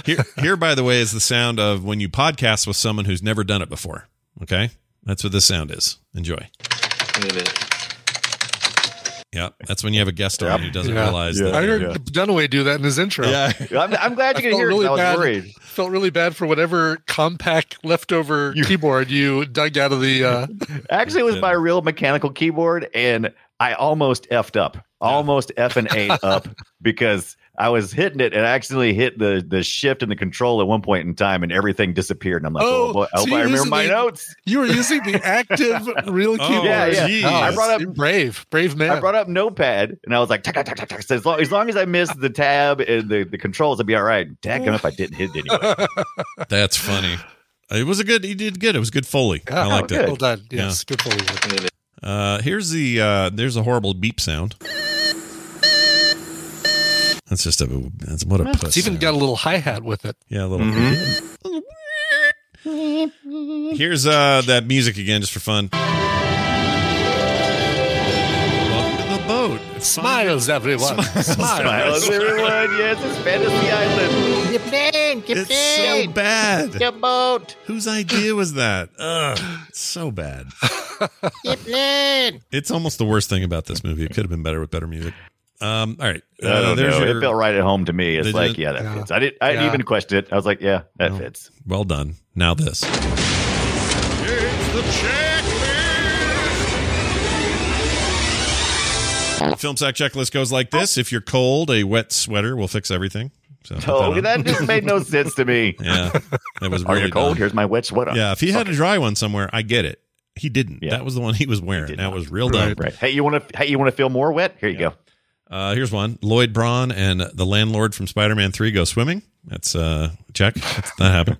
here here. By the way, is the sound of when you podcast with someone who's never done it before. Okay, that's what this sound is. Enjoy. Wait a minute. Yeah, that's when you have a guest on who doesn't realize I that. heard Dunaway do that in his intro. Yeah. I'm, I'm glad you I could felt hear. it. 'cause really I was bad. worried. Felt really bad for whatever compact leftover keyboard you dug out of the. Uh, Actually, it was my real mechanical keyboard, and I almost effed up, almost f and a up because I was hitting it and I accidentally hit the the shift and the control at one point in time, and everything disappeared. And I'm like, oh, boy, I so hope you're I remember using my the- notes. You were using the active real Oh, keyboard. Yeah, yeah. Jeez. I brought up You're brave, brave man. I brought up Notepad and I was like, tack, tack, tack, tack, tack. So as, long, as long as I missed the tab and the, the controls, I'd be all right. Tack him if I didn't hit it anyway. That's funny. It was a good. He did good. It was good Foley. I Yeah, liked good. it. well done. Yeah. Yes, good for you. Uh, here's the uh, there's a horrible beep sound. That's just a that's what a puss. It's even sound. got a little hi hat with it. yeah, a little. Here's uh that music again, just for fun. Welcome to the boat. It's Smiles, everyone. Smiles. Smiles, everyone. Yes, it's Fantasy Island. It's so bad. The boat. Whose idea was that? Ugh, it's so bad. It's almost the worst thing about this movie. It could have been better with better music. Um, all right. I don't know. It felt right at home to me. It's Did like, it? yeah, that Yeah. fits. I didn't, I didn't Yeah. even question it. I was like, yeah, that fits. Well done. Now this. Film sack checklist goes like this: If you're cold, a wet sweater will fix everything. So put Oh, on. that just made no sense to me. yeah, that was Are really you cold? dumb. Here's my wet sweater. Yeah, if he had a dry one somewhere, I get it. He didn't. Yeah. That was the one he was wearing. did that not. was real dumb. Right. Hey, you want to? Hey, you want to feel more wet? Here you go. Uh, here's one: Lloyd Braun and the landlord from Spider-Man Three go swimming. That's uh, check. That's, that happened.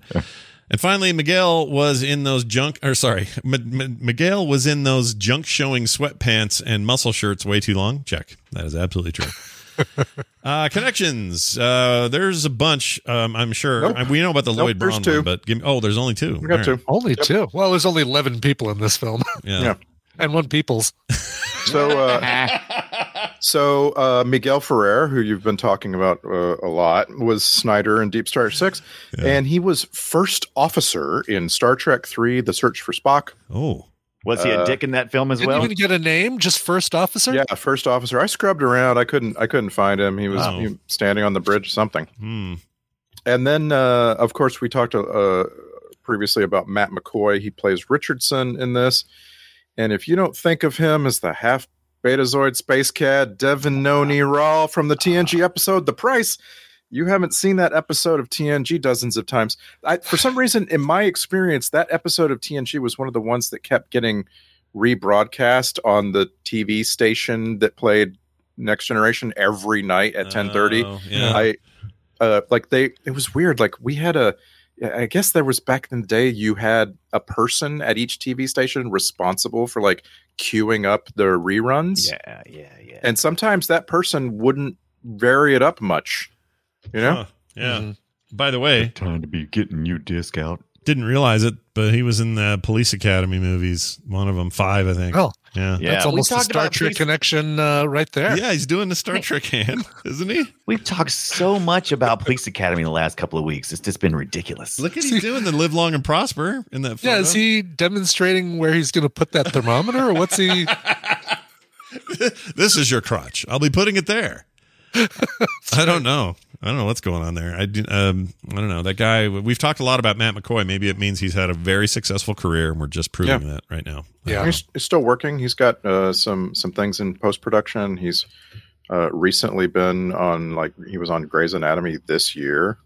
and finally, Miguel was in those junk. Or sorry, M- M- Miguel was in those junk showing sweatpants and muscle shirts way too long. Check. That is absolutely true. uh, connections. Uh, there's a bunch. Um, I'm sure Nope. I- we know about the Nope, Lloyd there's Braun two. one, but give me, oh, there's only two. We got All two. right. Only two. Well, there's only 11 people in this film Yeah. Yeah. and one people's. So, uh, so uh, Miguel Ferrer, who you've been talking about uh, a lot, was Snyder in Deep Star Six, and he was first officer in Star Trek Three: The Search for Spock. Oh. Was he a Uh, dick in that film as Didn't well? even get a name, just first officer? Yeah, first officer. I scrubbed around. I couldn't. I couldn't find him. He was Wow. he- standing on the bridge, or something. Hmm. And then, uh, of course, we talked uh, previously about Matt McCoy. He plays Richardson in this. And if you don't think of him as the half Betazoid space cat Devin Noni Rawl from the TNG episode The Price, You haven't seen that episode of TNG dozens of times. I, for some reason, in my experience, that episode of TNG was one of the ones that kept getting rebroadcast on the TV station that played Next Generation every night at ten Oh. thirty. yeah. I uh, like they. It was weird. Like we had a. I guess there was back in the day you had a person at each TV station responsible for like queuing up the reruns. Yeah, yeah, yeah. And sometimes that person wouldn't vary it up much. You know? Huh, yeah. By the way, time to be getting your disc out. didn't realize it, but he was in the Police Academy movies. One of them, five, I think. Oh. yeah. That's almost a Star Trek connection uh, right there. Yeah, he's doing the Star Trek hand, isn't he? We've talked so much about Police Academy in the last couple of weeks. It's just been ridiculous. Look at he's doing the live long and prosper in that. Photo. Yeah, is he demonstrating where he's going to put that thermometer, or what's he? this is your crotch. I'll be putting it there. I don't know. I don't know what's going on there. I do, um, I don't know. That guy. We've talked a lot about Matt McCoy. Maybe it means he's had a very successful career, and we're just proving Yeah. that right now. He's, he's still working. He's got uh, some some things in post production. He's uh, recently been on like he was on Grey's Anatomy this year.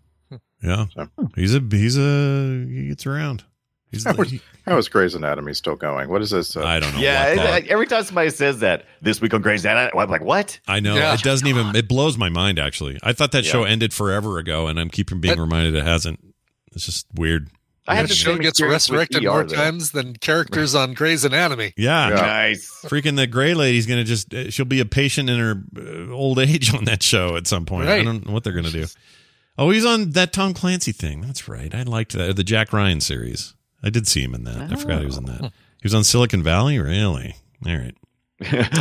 Yeah, he's a he's a he gets around. He's How is, how is Grey's Anatomy still going? What is this? Uh, I don't know. yeah, what it- that- I- every time somebody says that this week on Grey's Anatomy, I'm like, what? I know Yeah. it doesn't even. It blows my mind. Actually, I thought that Yeah. show ended forever ago, and I'm keeping being reminded it hasn't. It's just weird. I had that the show same gets experience with resurrected ER, more though. times than characters on Grey's Anatomy. Yeah, Nice. freaking the gray lady's gonna just. uh, She'll be a patient in her uh, old age on that show at some point. I Right. don't know what they're gonna do. Oh, he's on that Tom Clancy thing. That's right. I liked that the Jack Ryan series. I did see him in that. I forgot he was in that. He was on Silicon Valley. Really? All right.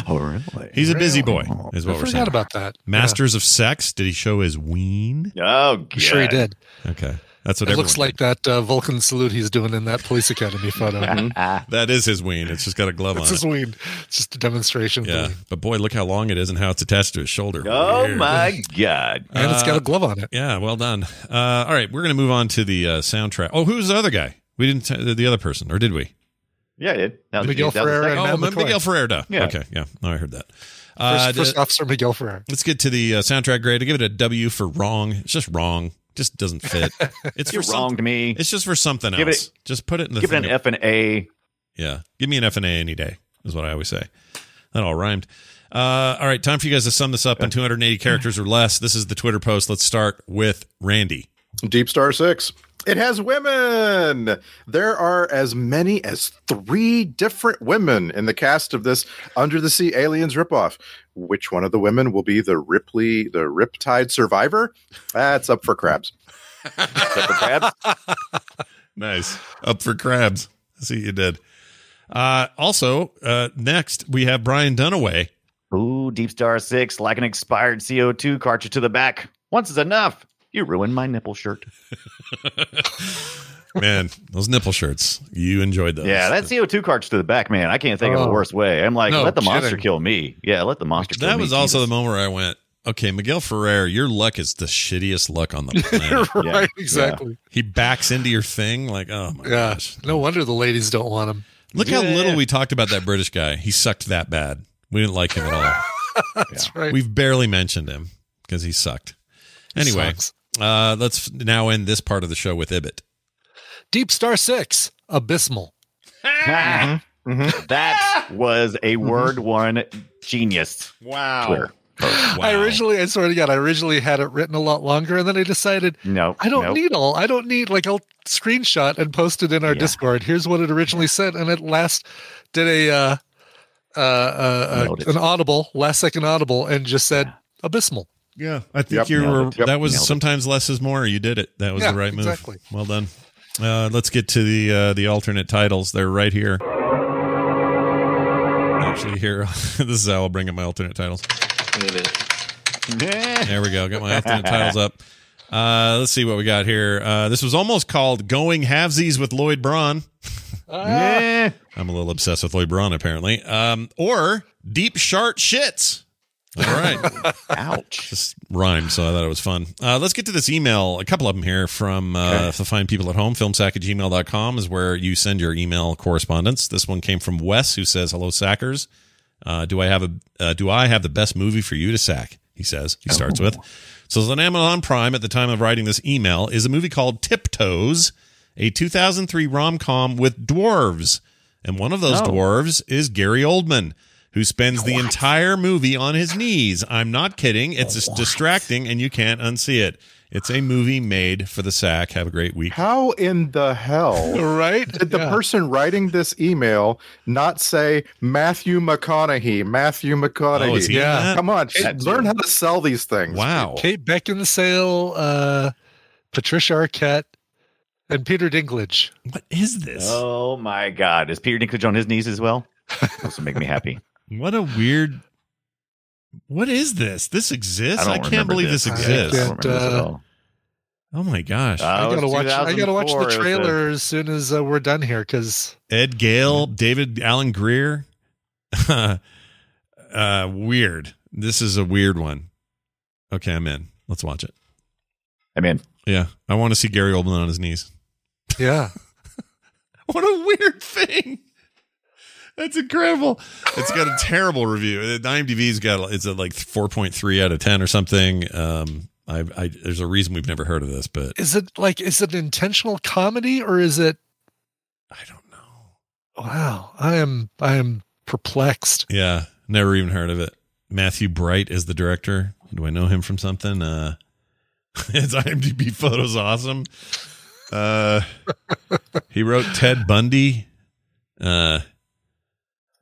oh, really? He's a busy boy, is what we're I forgot saying. about that. Masters of Sex. Did he show his ween? Oh, God. Yeah. I'm sure he did. Okay, that's what it everyone looks like that uh, Vulcan salute he's doing in that police academy photo. Ah, That is his ween. It's just got a glove on It's it. just weird. It's just a demonstration. Yeah, thing. but boy, look how long it is and how it's attached to his shoulder. oh Weird. my God. and it's got Uh, a glove on it. Yeah, well done. Uh, all right, we're gonna move on to the uh, soundtrack. Oh, who's the other guy? We didn't t- the- the other person, or did we? Yeah, I did. That was- Miguel that was- Ferrer oh, Matt M- McCoy. Miguel Ferreira. Yeah. Okay, yeah, no, I heard that. First, Uh, first d- officer Miguel Ferrer. let's get to the uh, soundtrack grade. I give it a W for wrong. It's just wrong. Just doesn't fit. It's You for some- wronged me. It's just for something Give it- else. just put it in the Give it thing an F and A. Yeah. Give me an F and A any day, is what I always say. That all rhymed. Uh, all right. Time for you guys to sum this up in 280 characters or less. This is the Twitter post. Let's start with Randy. Deep Star Six. It has women. There are as many as three different women in the cast of this Under the Sea Aliens ripoff. Which one of the women will be the Ripley, the Riptide survivor? That's up for grabs. Except for Crabs. Nice. Up for grabs. I see you did. Uh, also, uh, next we have Brian Dunaway. Ooh, Deep Star 6, like an expired CO2 cartridge to the back. Once is enough. You ruined my nipple shirt. Man, those nipple shirts. You enjoyed those. Yeah, that CO2 cartridge to the back, man. I can't think of a Oh. worse way. I'm like, No let the monster kidding. kill me. Yeah, let the monster kill That me. was also the Jesus. moment where I went, okay, Miguel Ferrer, your luck is the shittiest luck on the planet. Yeah, right, yeah. exactly. he backs into your thing like, oh my Yeah. gosh. No wonder the ladies don't want him. Look how Yeah. little we talked about that British guy. He sucked that bad. We didn't like him at all. That's right. We've barely mentioned him because he sucked. Anyway, Sucks. uh, let's f- now end this part of the show with Ibbit. Deep Star Six, abysmal. Ah, that was a word one genius. Wow. Twitter. I originally, I swear to God, I originally had it written a lot longer, and then I decided No. I don't no. need all. I don't need like I'll screenshot and post it in our Yeah. Discord. Here's what it originally said, and it last did a uh, uh, uh, uh Nailed it. an audible last second audible and just said abysmal. Yeah, I think Yep. you Nailed were. it. Yep. That was Nailed it. sometimes less is more. You did it. That was Yeah, the right move. exactly. Well done. Uh, let's get to the uh, the alternate titles. They're right here. Actually, here. this is how I'll bring up my alternate titles. There we go. Got my alternate titles up. Uh, let's see what we got here. Uh, this was almost called "Going Halvesies" with Lloyd Braun. Yeah. Ah, I'm a little obsessed with Lloyd Braun, apparently. Um, or "Deep Shart Shits." All right. Ouch. just rhymed, so I thought it was fun. Uh, let's get to this email. A couple of them here from uh, the fine people at home. Filmsack at gmail.com is where you send your email correspondence. This one came from Wes, who says, "Hello, Sackers. Uh, do I have a uh, Do I have the best movie for you to sack?" He says. He starts with, So, on Amazon Prime at the time of writing this email is a movie called Tiptoes, a 2003 rom com with dwarves. And one of those Oh. dwarves is Gary Oldman, who spends the entire movie on his knees. I'm not kidding. It's just distracting and you can't unsee it. It's a movie made for the sack. Have a great week. How in the hell, right? Did the person writing this email not say Matthew McConaughey? Matthew McConaughey. Oh, is he in that? come on, learn how to sell these things. Wow, Kate Beckinsale, uh, Patricia Arquette, and Peter Dinklage. What is this? Oh my God! Is Peter Dinklage on his knees as well? This will make me happy. What a weird. What is this? This exists? I, can't believe this, exists. I, can't, uh, oh my gosh. I gotta watch. I gotta watch the trailer as soon as uh, we're done here because Ed Gale, David Alan Greer. uh, weird. This is a weird one. Okay, I'm in. Let's watch it. I'm in. Yeah, I want to see Gary Oldman on his knees. yeah, What a weird thing. That's incredible. It's got a terrible review. The IMDb's got it's at like 4.3 out of 10 or something. Um, I, I there's a reason we've never heard of this, but is it like is it an intentional comedy or is it? I don't know. Wow, I am I am perplexed. Yeah, never even heard of it. Matthew Bright is the director. Do I know him from something? Uh, his IMDb photo's awesome. Uh, he wrote Ted Bundy. Uh,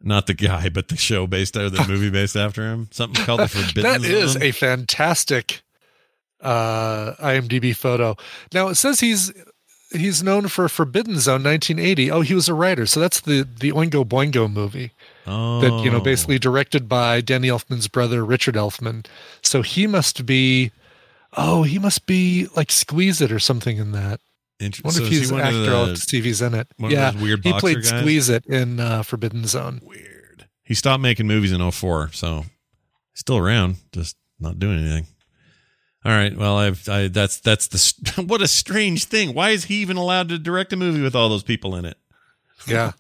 not the guy, but the show based or the movie based after him. Something called the Forbidden. that is Zone. a fantastic uh, IMDb photo. Now it says he's he's known for Forbidden Zone 1980. Oh, he was a writer, so that's the the Oingo Boingo movie oh. that you know basically directed by Danny Elfman's brother Richard Elfman. So he must be oh he must be like Squeeze It or something in that. Inter- Wonder so if is he he's an one of actor. I'll have the- to see if he's in it. one of yeah, those weird he boxer played guys? Squeeze It in uh, Forbidden Zone. He stopped making movies in 04, so still around, just not doing anything. All right. Well, I've I, that's that's the st- what a strange thing. Why is he even allowed to direct a movie with all those people in it? Yeah.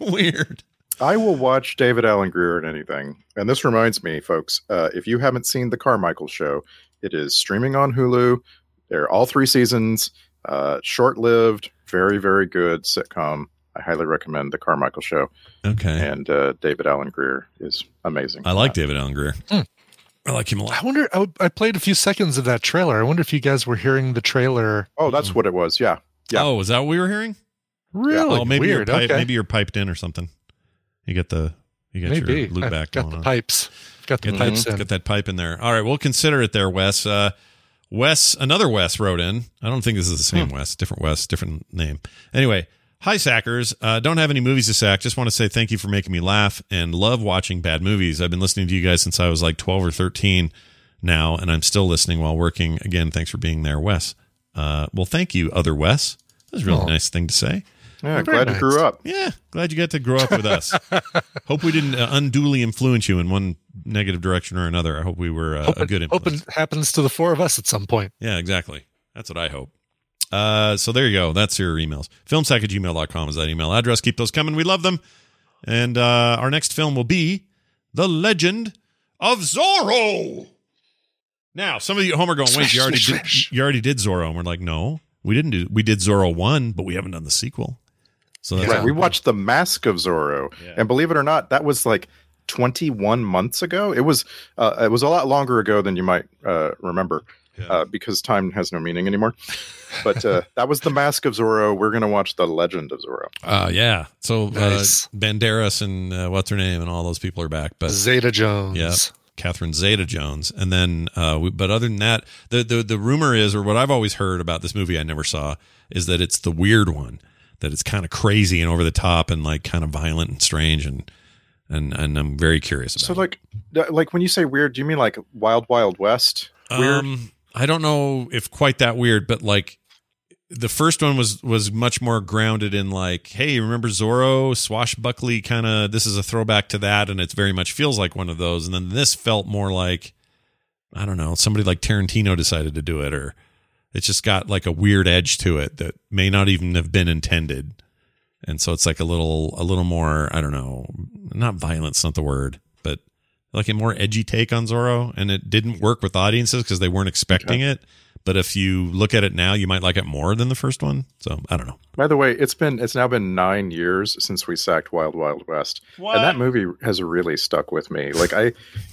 Weird. I will watch David Allen Greer in anything. And this reminds me, folks, uh, if you haven't seen the Carmichael show, it is streaming on Hulu. They're all three seasons, uh, short lived, very, very good sitcom. I highly recommend the Carmichael show. Okay. And uh, David Allen Greer is amazing. I like David Allen Greer. I like him a lot. Hmm. I wonder. I, I played a few seconds of that trailer. I wonder if you guys were hearing the trailer. Oh, that's what it was. Yeah. Yeah. Oh, is that what we were hearing? Really Oh, maybe weird, you're pipe, okay. maybe you're piped in or something. You get the you get Maybe. your loop I've back got going the on. pipes. Got the Get that- pipes in. Get that pipe in there. All right, we'll consider it there, Wes. Uh, Wes, another Wes wrote in. I don't think this is the same Hmm. Wes. Different Wes, different name. Anyway, hi Sackers. Uh, don't have any movies to sack. Just want to say thank you for making me laugh and love watching bad movies. I've been listening to you guys since I was like twelve or thirteen now, and I'm still listening while working. Again, thanks for being there, Wes. Uh, well, thank you, other Wes. That was a really Oh. nice thing to say. Yeah, Very glad you grew up. Yeah, glad you got to grow up with us. Hope we didn't uh, unduly influence you in one negative direction or another. I hope we were uh, Hope a it- good hope influence. it happens to the four of us at some point. Yeah, exactly. That's what I hope. Uh, so there you go. That's your emails. Filmsack at gmail.com is that email address. Keep those coming. We love them. And uh, our next film will be The Legend of Zorro. Now, some of you at home are going, wait, you already did, you already did Zorro. And we're like, no, we didn't do, we did Zorro 1, but we haven't done the sequel. So that's right. We watched The Mask of Zorro, and believe it or not, that was like 21 months ago. It was uh, it was a lot longer ago than you might uh, remember, uh, because time has no meaning anymore. But uh, that was The Mask of Zorro. We're gonna watch The Legend of Zorro. Uh, yeah. So Nice. uh, Banderas and uh, what's her name and all those people are back, but Zeta Jones. yeah, Catherine Zeta Jones, and then uh, we, but other than that, the, the the rumor is, or what I've always heard about this movie, I never saw, is that it's the weird one, that it's kind of crazy and over the top and like kind of violent and strange, and and and I'm very curious about. So like th- like when you say weird, do you mean like Wild Wild West? it. Um, I don't know if quite that weird, but like the first one was was much more grounded in like, hey, remember Zorro, swashbuckly kind of. This is a throwback to that, and it's very much feels like one of those. And then this felt more like, I don't know, somebody like Tarantino decided to do it, or it's just got like a weird edge to it that may not even have been intended. And so it's like a little a little more, I don't know, not violent's not the word, but like a more edgy take on Zorro, and it didn't work with audiences because they weren't expecting it. But if you look at it now, you might like it more than the first one. So I don't know. By the way, it's been it's now been nine years since we sacked Wild Wild West, What? and that movie has really stuck with me. Like I,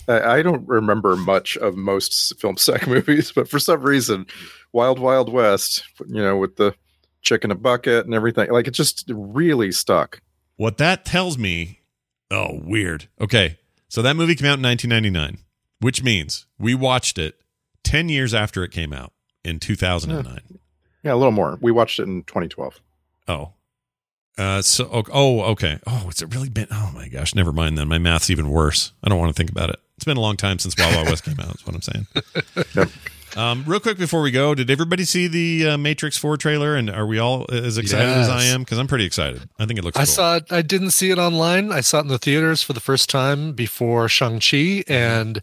I I don't remember much of most s- film sack movies, but for some reason, Wild Wild West, you know, with the chick in a bucket and everything, like it just really stuck. What that tells me, oh, weird. Okay. So that movie came out in 1999, which means we watched it 10 years after it came out in 2009. Yeah, a little more. We watched it in 2012. Oh. Uh, so, oh, oh, okay. Oh, it's really been, oh my gosh, never mind then. My math's even worse. I don't want to think about it. It's been a long time since Wild Wild West came out, is what I'm saying. Um, real quick before we go, did everybody see the uh, Matrix 4 trailer? And are we all as excited as I Yes. am? Because I'm pretty excited. I think it looks I cool. saw it. I didn't see it online. I saw it in the theaters for the first time before Shang Chi, and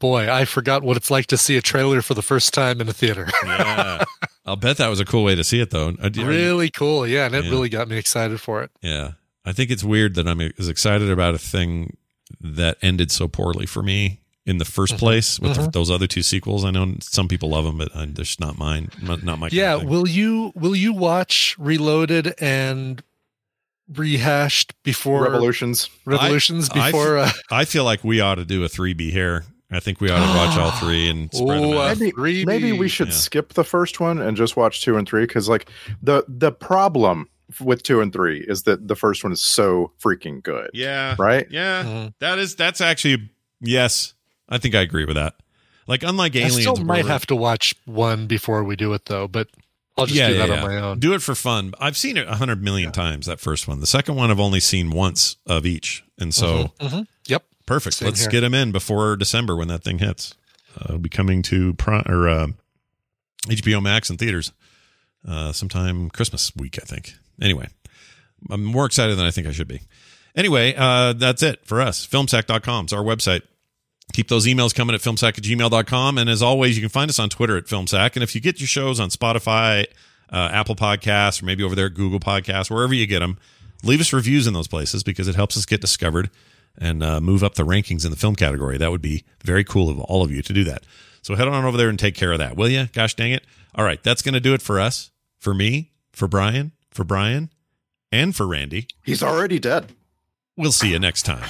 boy, I forgot what it's like to see a trailer for the first time in a theater. yeah, I'll bet that was a cool way to see it, though. Uh, do- are you- really cool. Yeah, and it Yeah. really got me excited for it. Yeah. I think it's weird that I'm as excited about a thing that ended so poorly for me in the 1st Mhm. place with the, Mhm. those other two sequels. I know some people love them, but uh, they're just not mine. Not, not my. kind of yeah, thing. will you will you watch Reloaded and rehashed before Revolutions. Revolutions I- I before. f- uh, I feel like we ought to do a 3B here. I think we ought to watch all three and spread them Ooh, out. uh, maybe, maybe we should Yeah. skip the first one and just watch two and three because like the the problem with two and three is that the first one is so freaking good Yeah. right Yeah. Mm-hmm. That is, that's actually, yes. I think I agree with that. Like, unlike I Aliens, still might where- have to watch one before we do it though, but I'll just do that on my own. Do it for fun. I've seen it a hundred million times. That first one. The second one I've only seen once of each, and so Mhm, mhm. yep, perfect. Same Let's here. get them in before December when that thing hits. Uh, it'll be coming to pro- or uh, HBO Max and theaters uh, sometime Christmas week, I think. Anyway, I'm more excited than I think I should be. Anyway, uh, that's it for us. Filmsack.com is our website. Keep those emails coming at filmsack at gmail.com. And as always, you can find us on Twitter at filmsack. And if you get your shows on Spotify, uh, Apple Podcasts, or maybe over there at Google Podcasts, wherever you get them, leave us reviews in those places because it helps us get discovered and uh, move up the rankings in the film category. That would be very cool of all of you to do that. So head on over there and take care of that, will you? Gosh dang it. All right, that's going to do it for us, for me, for Brian, for Brian, and for Randy. He's already dead. We'll see you next time.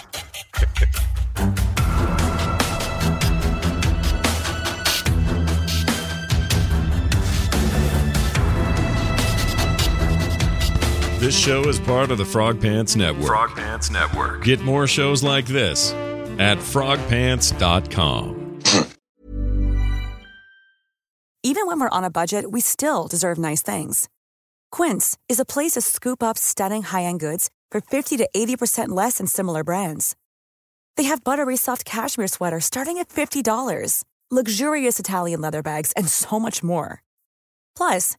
This show is part of the Frog Pants Network. Frog Pants Network. Get more shows like this at frogpants.com. Even when we're on a budget, we still deserve nice things. Quince is a place to scoop up stunning high end goods for 50 to 80% less than similar brands. They have buttery soft cashmere sweaters starting at $50, luxurious Italian leather bags, and so much more. Plus,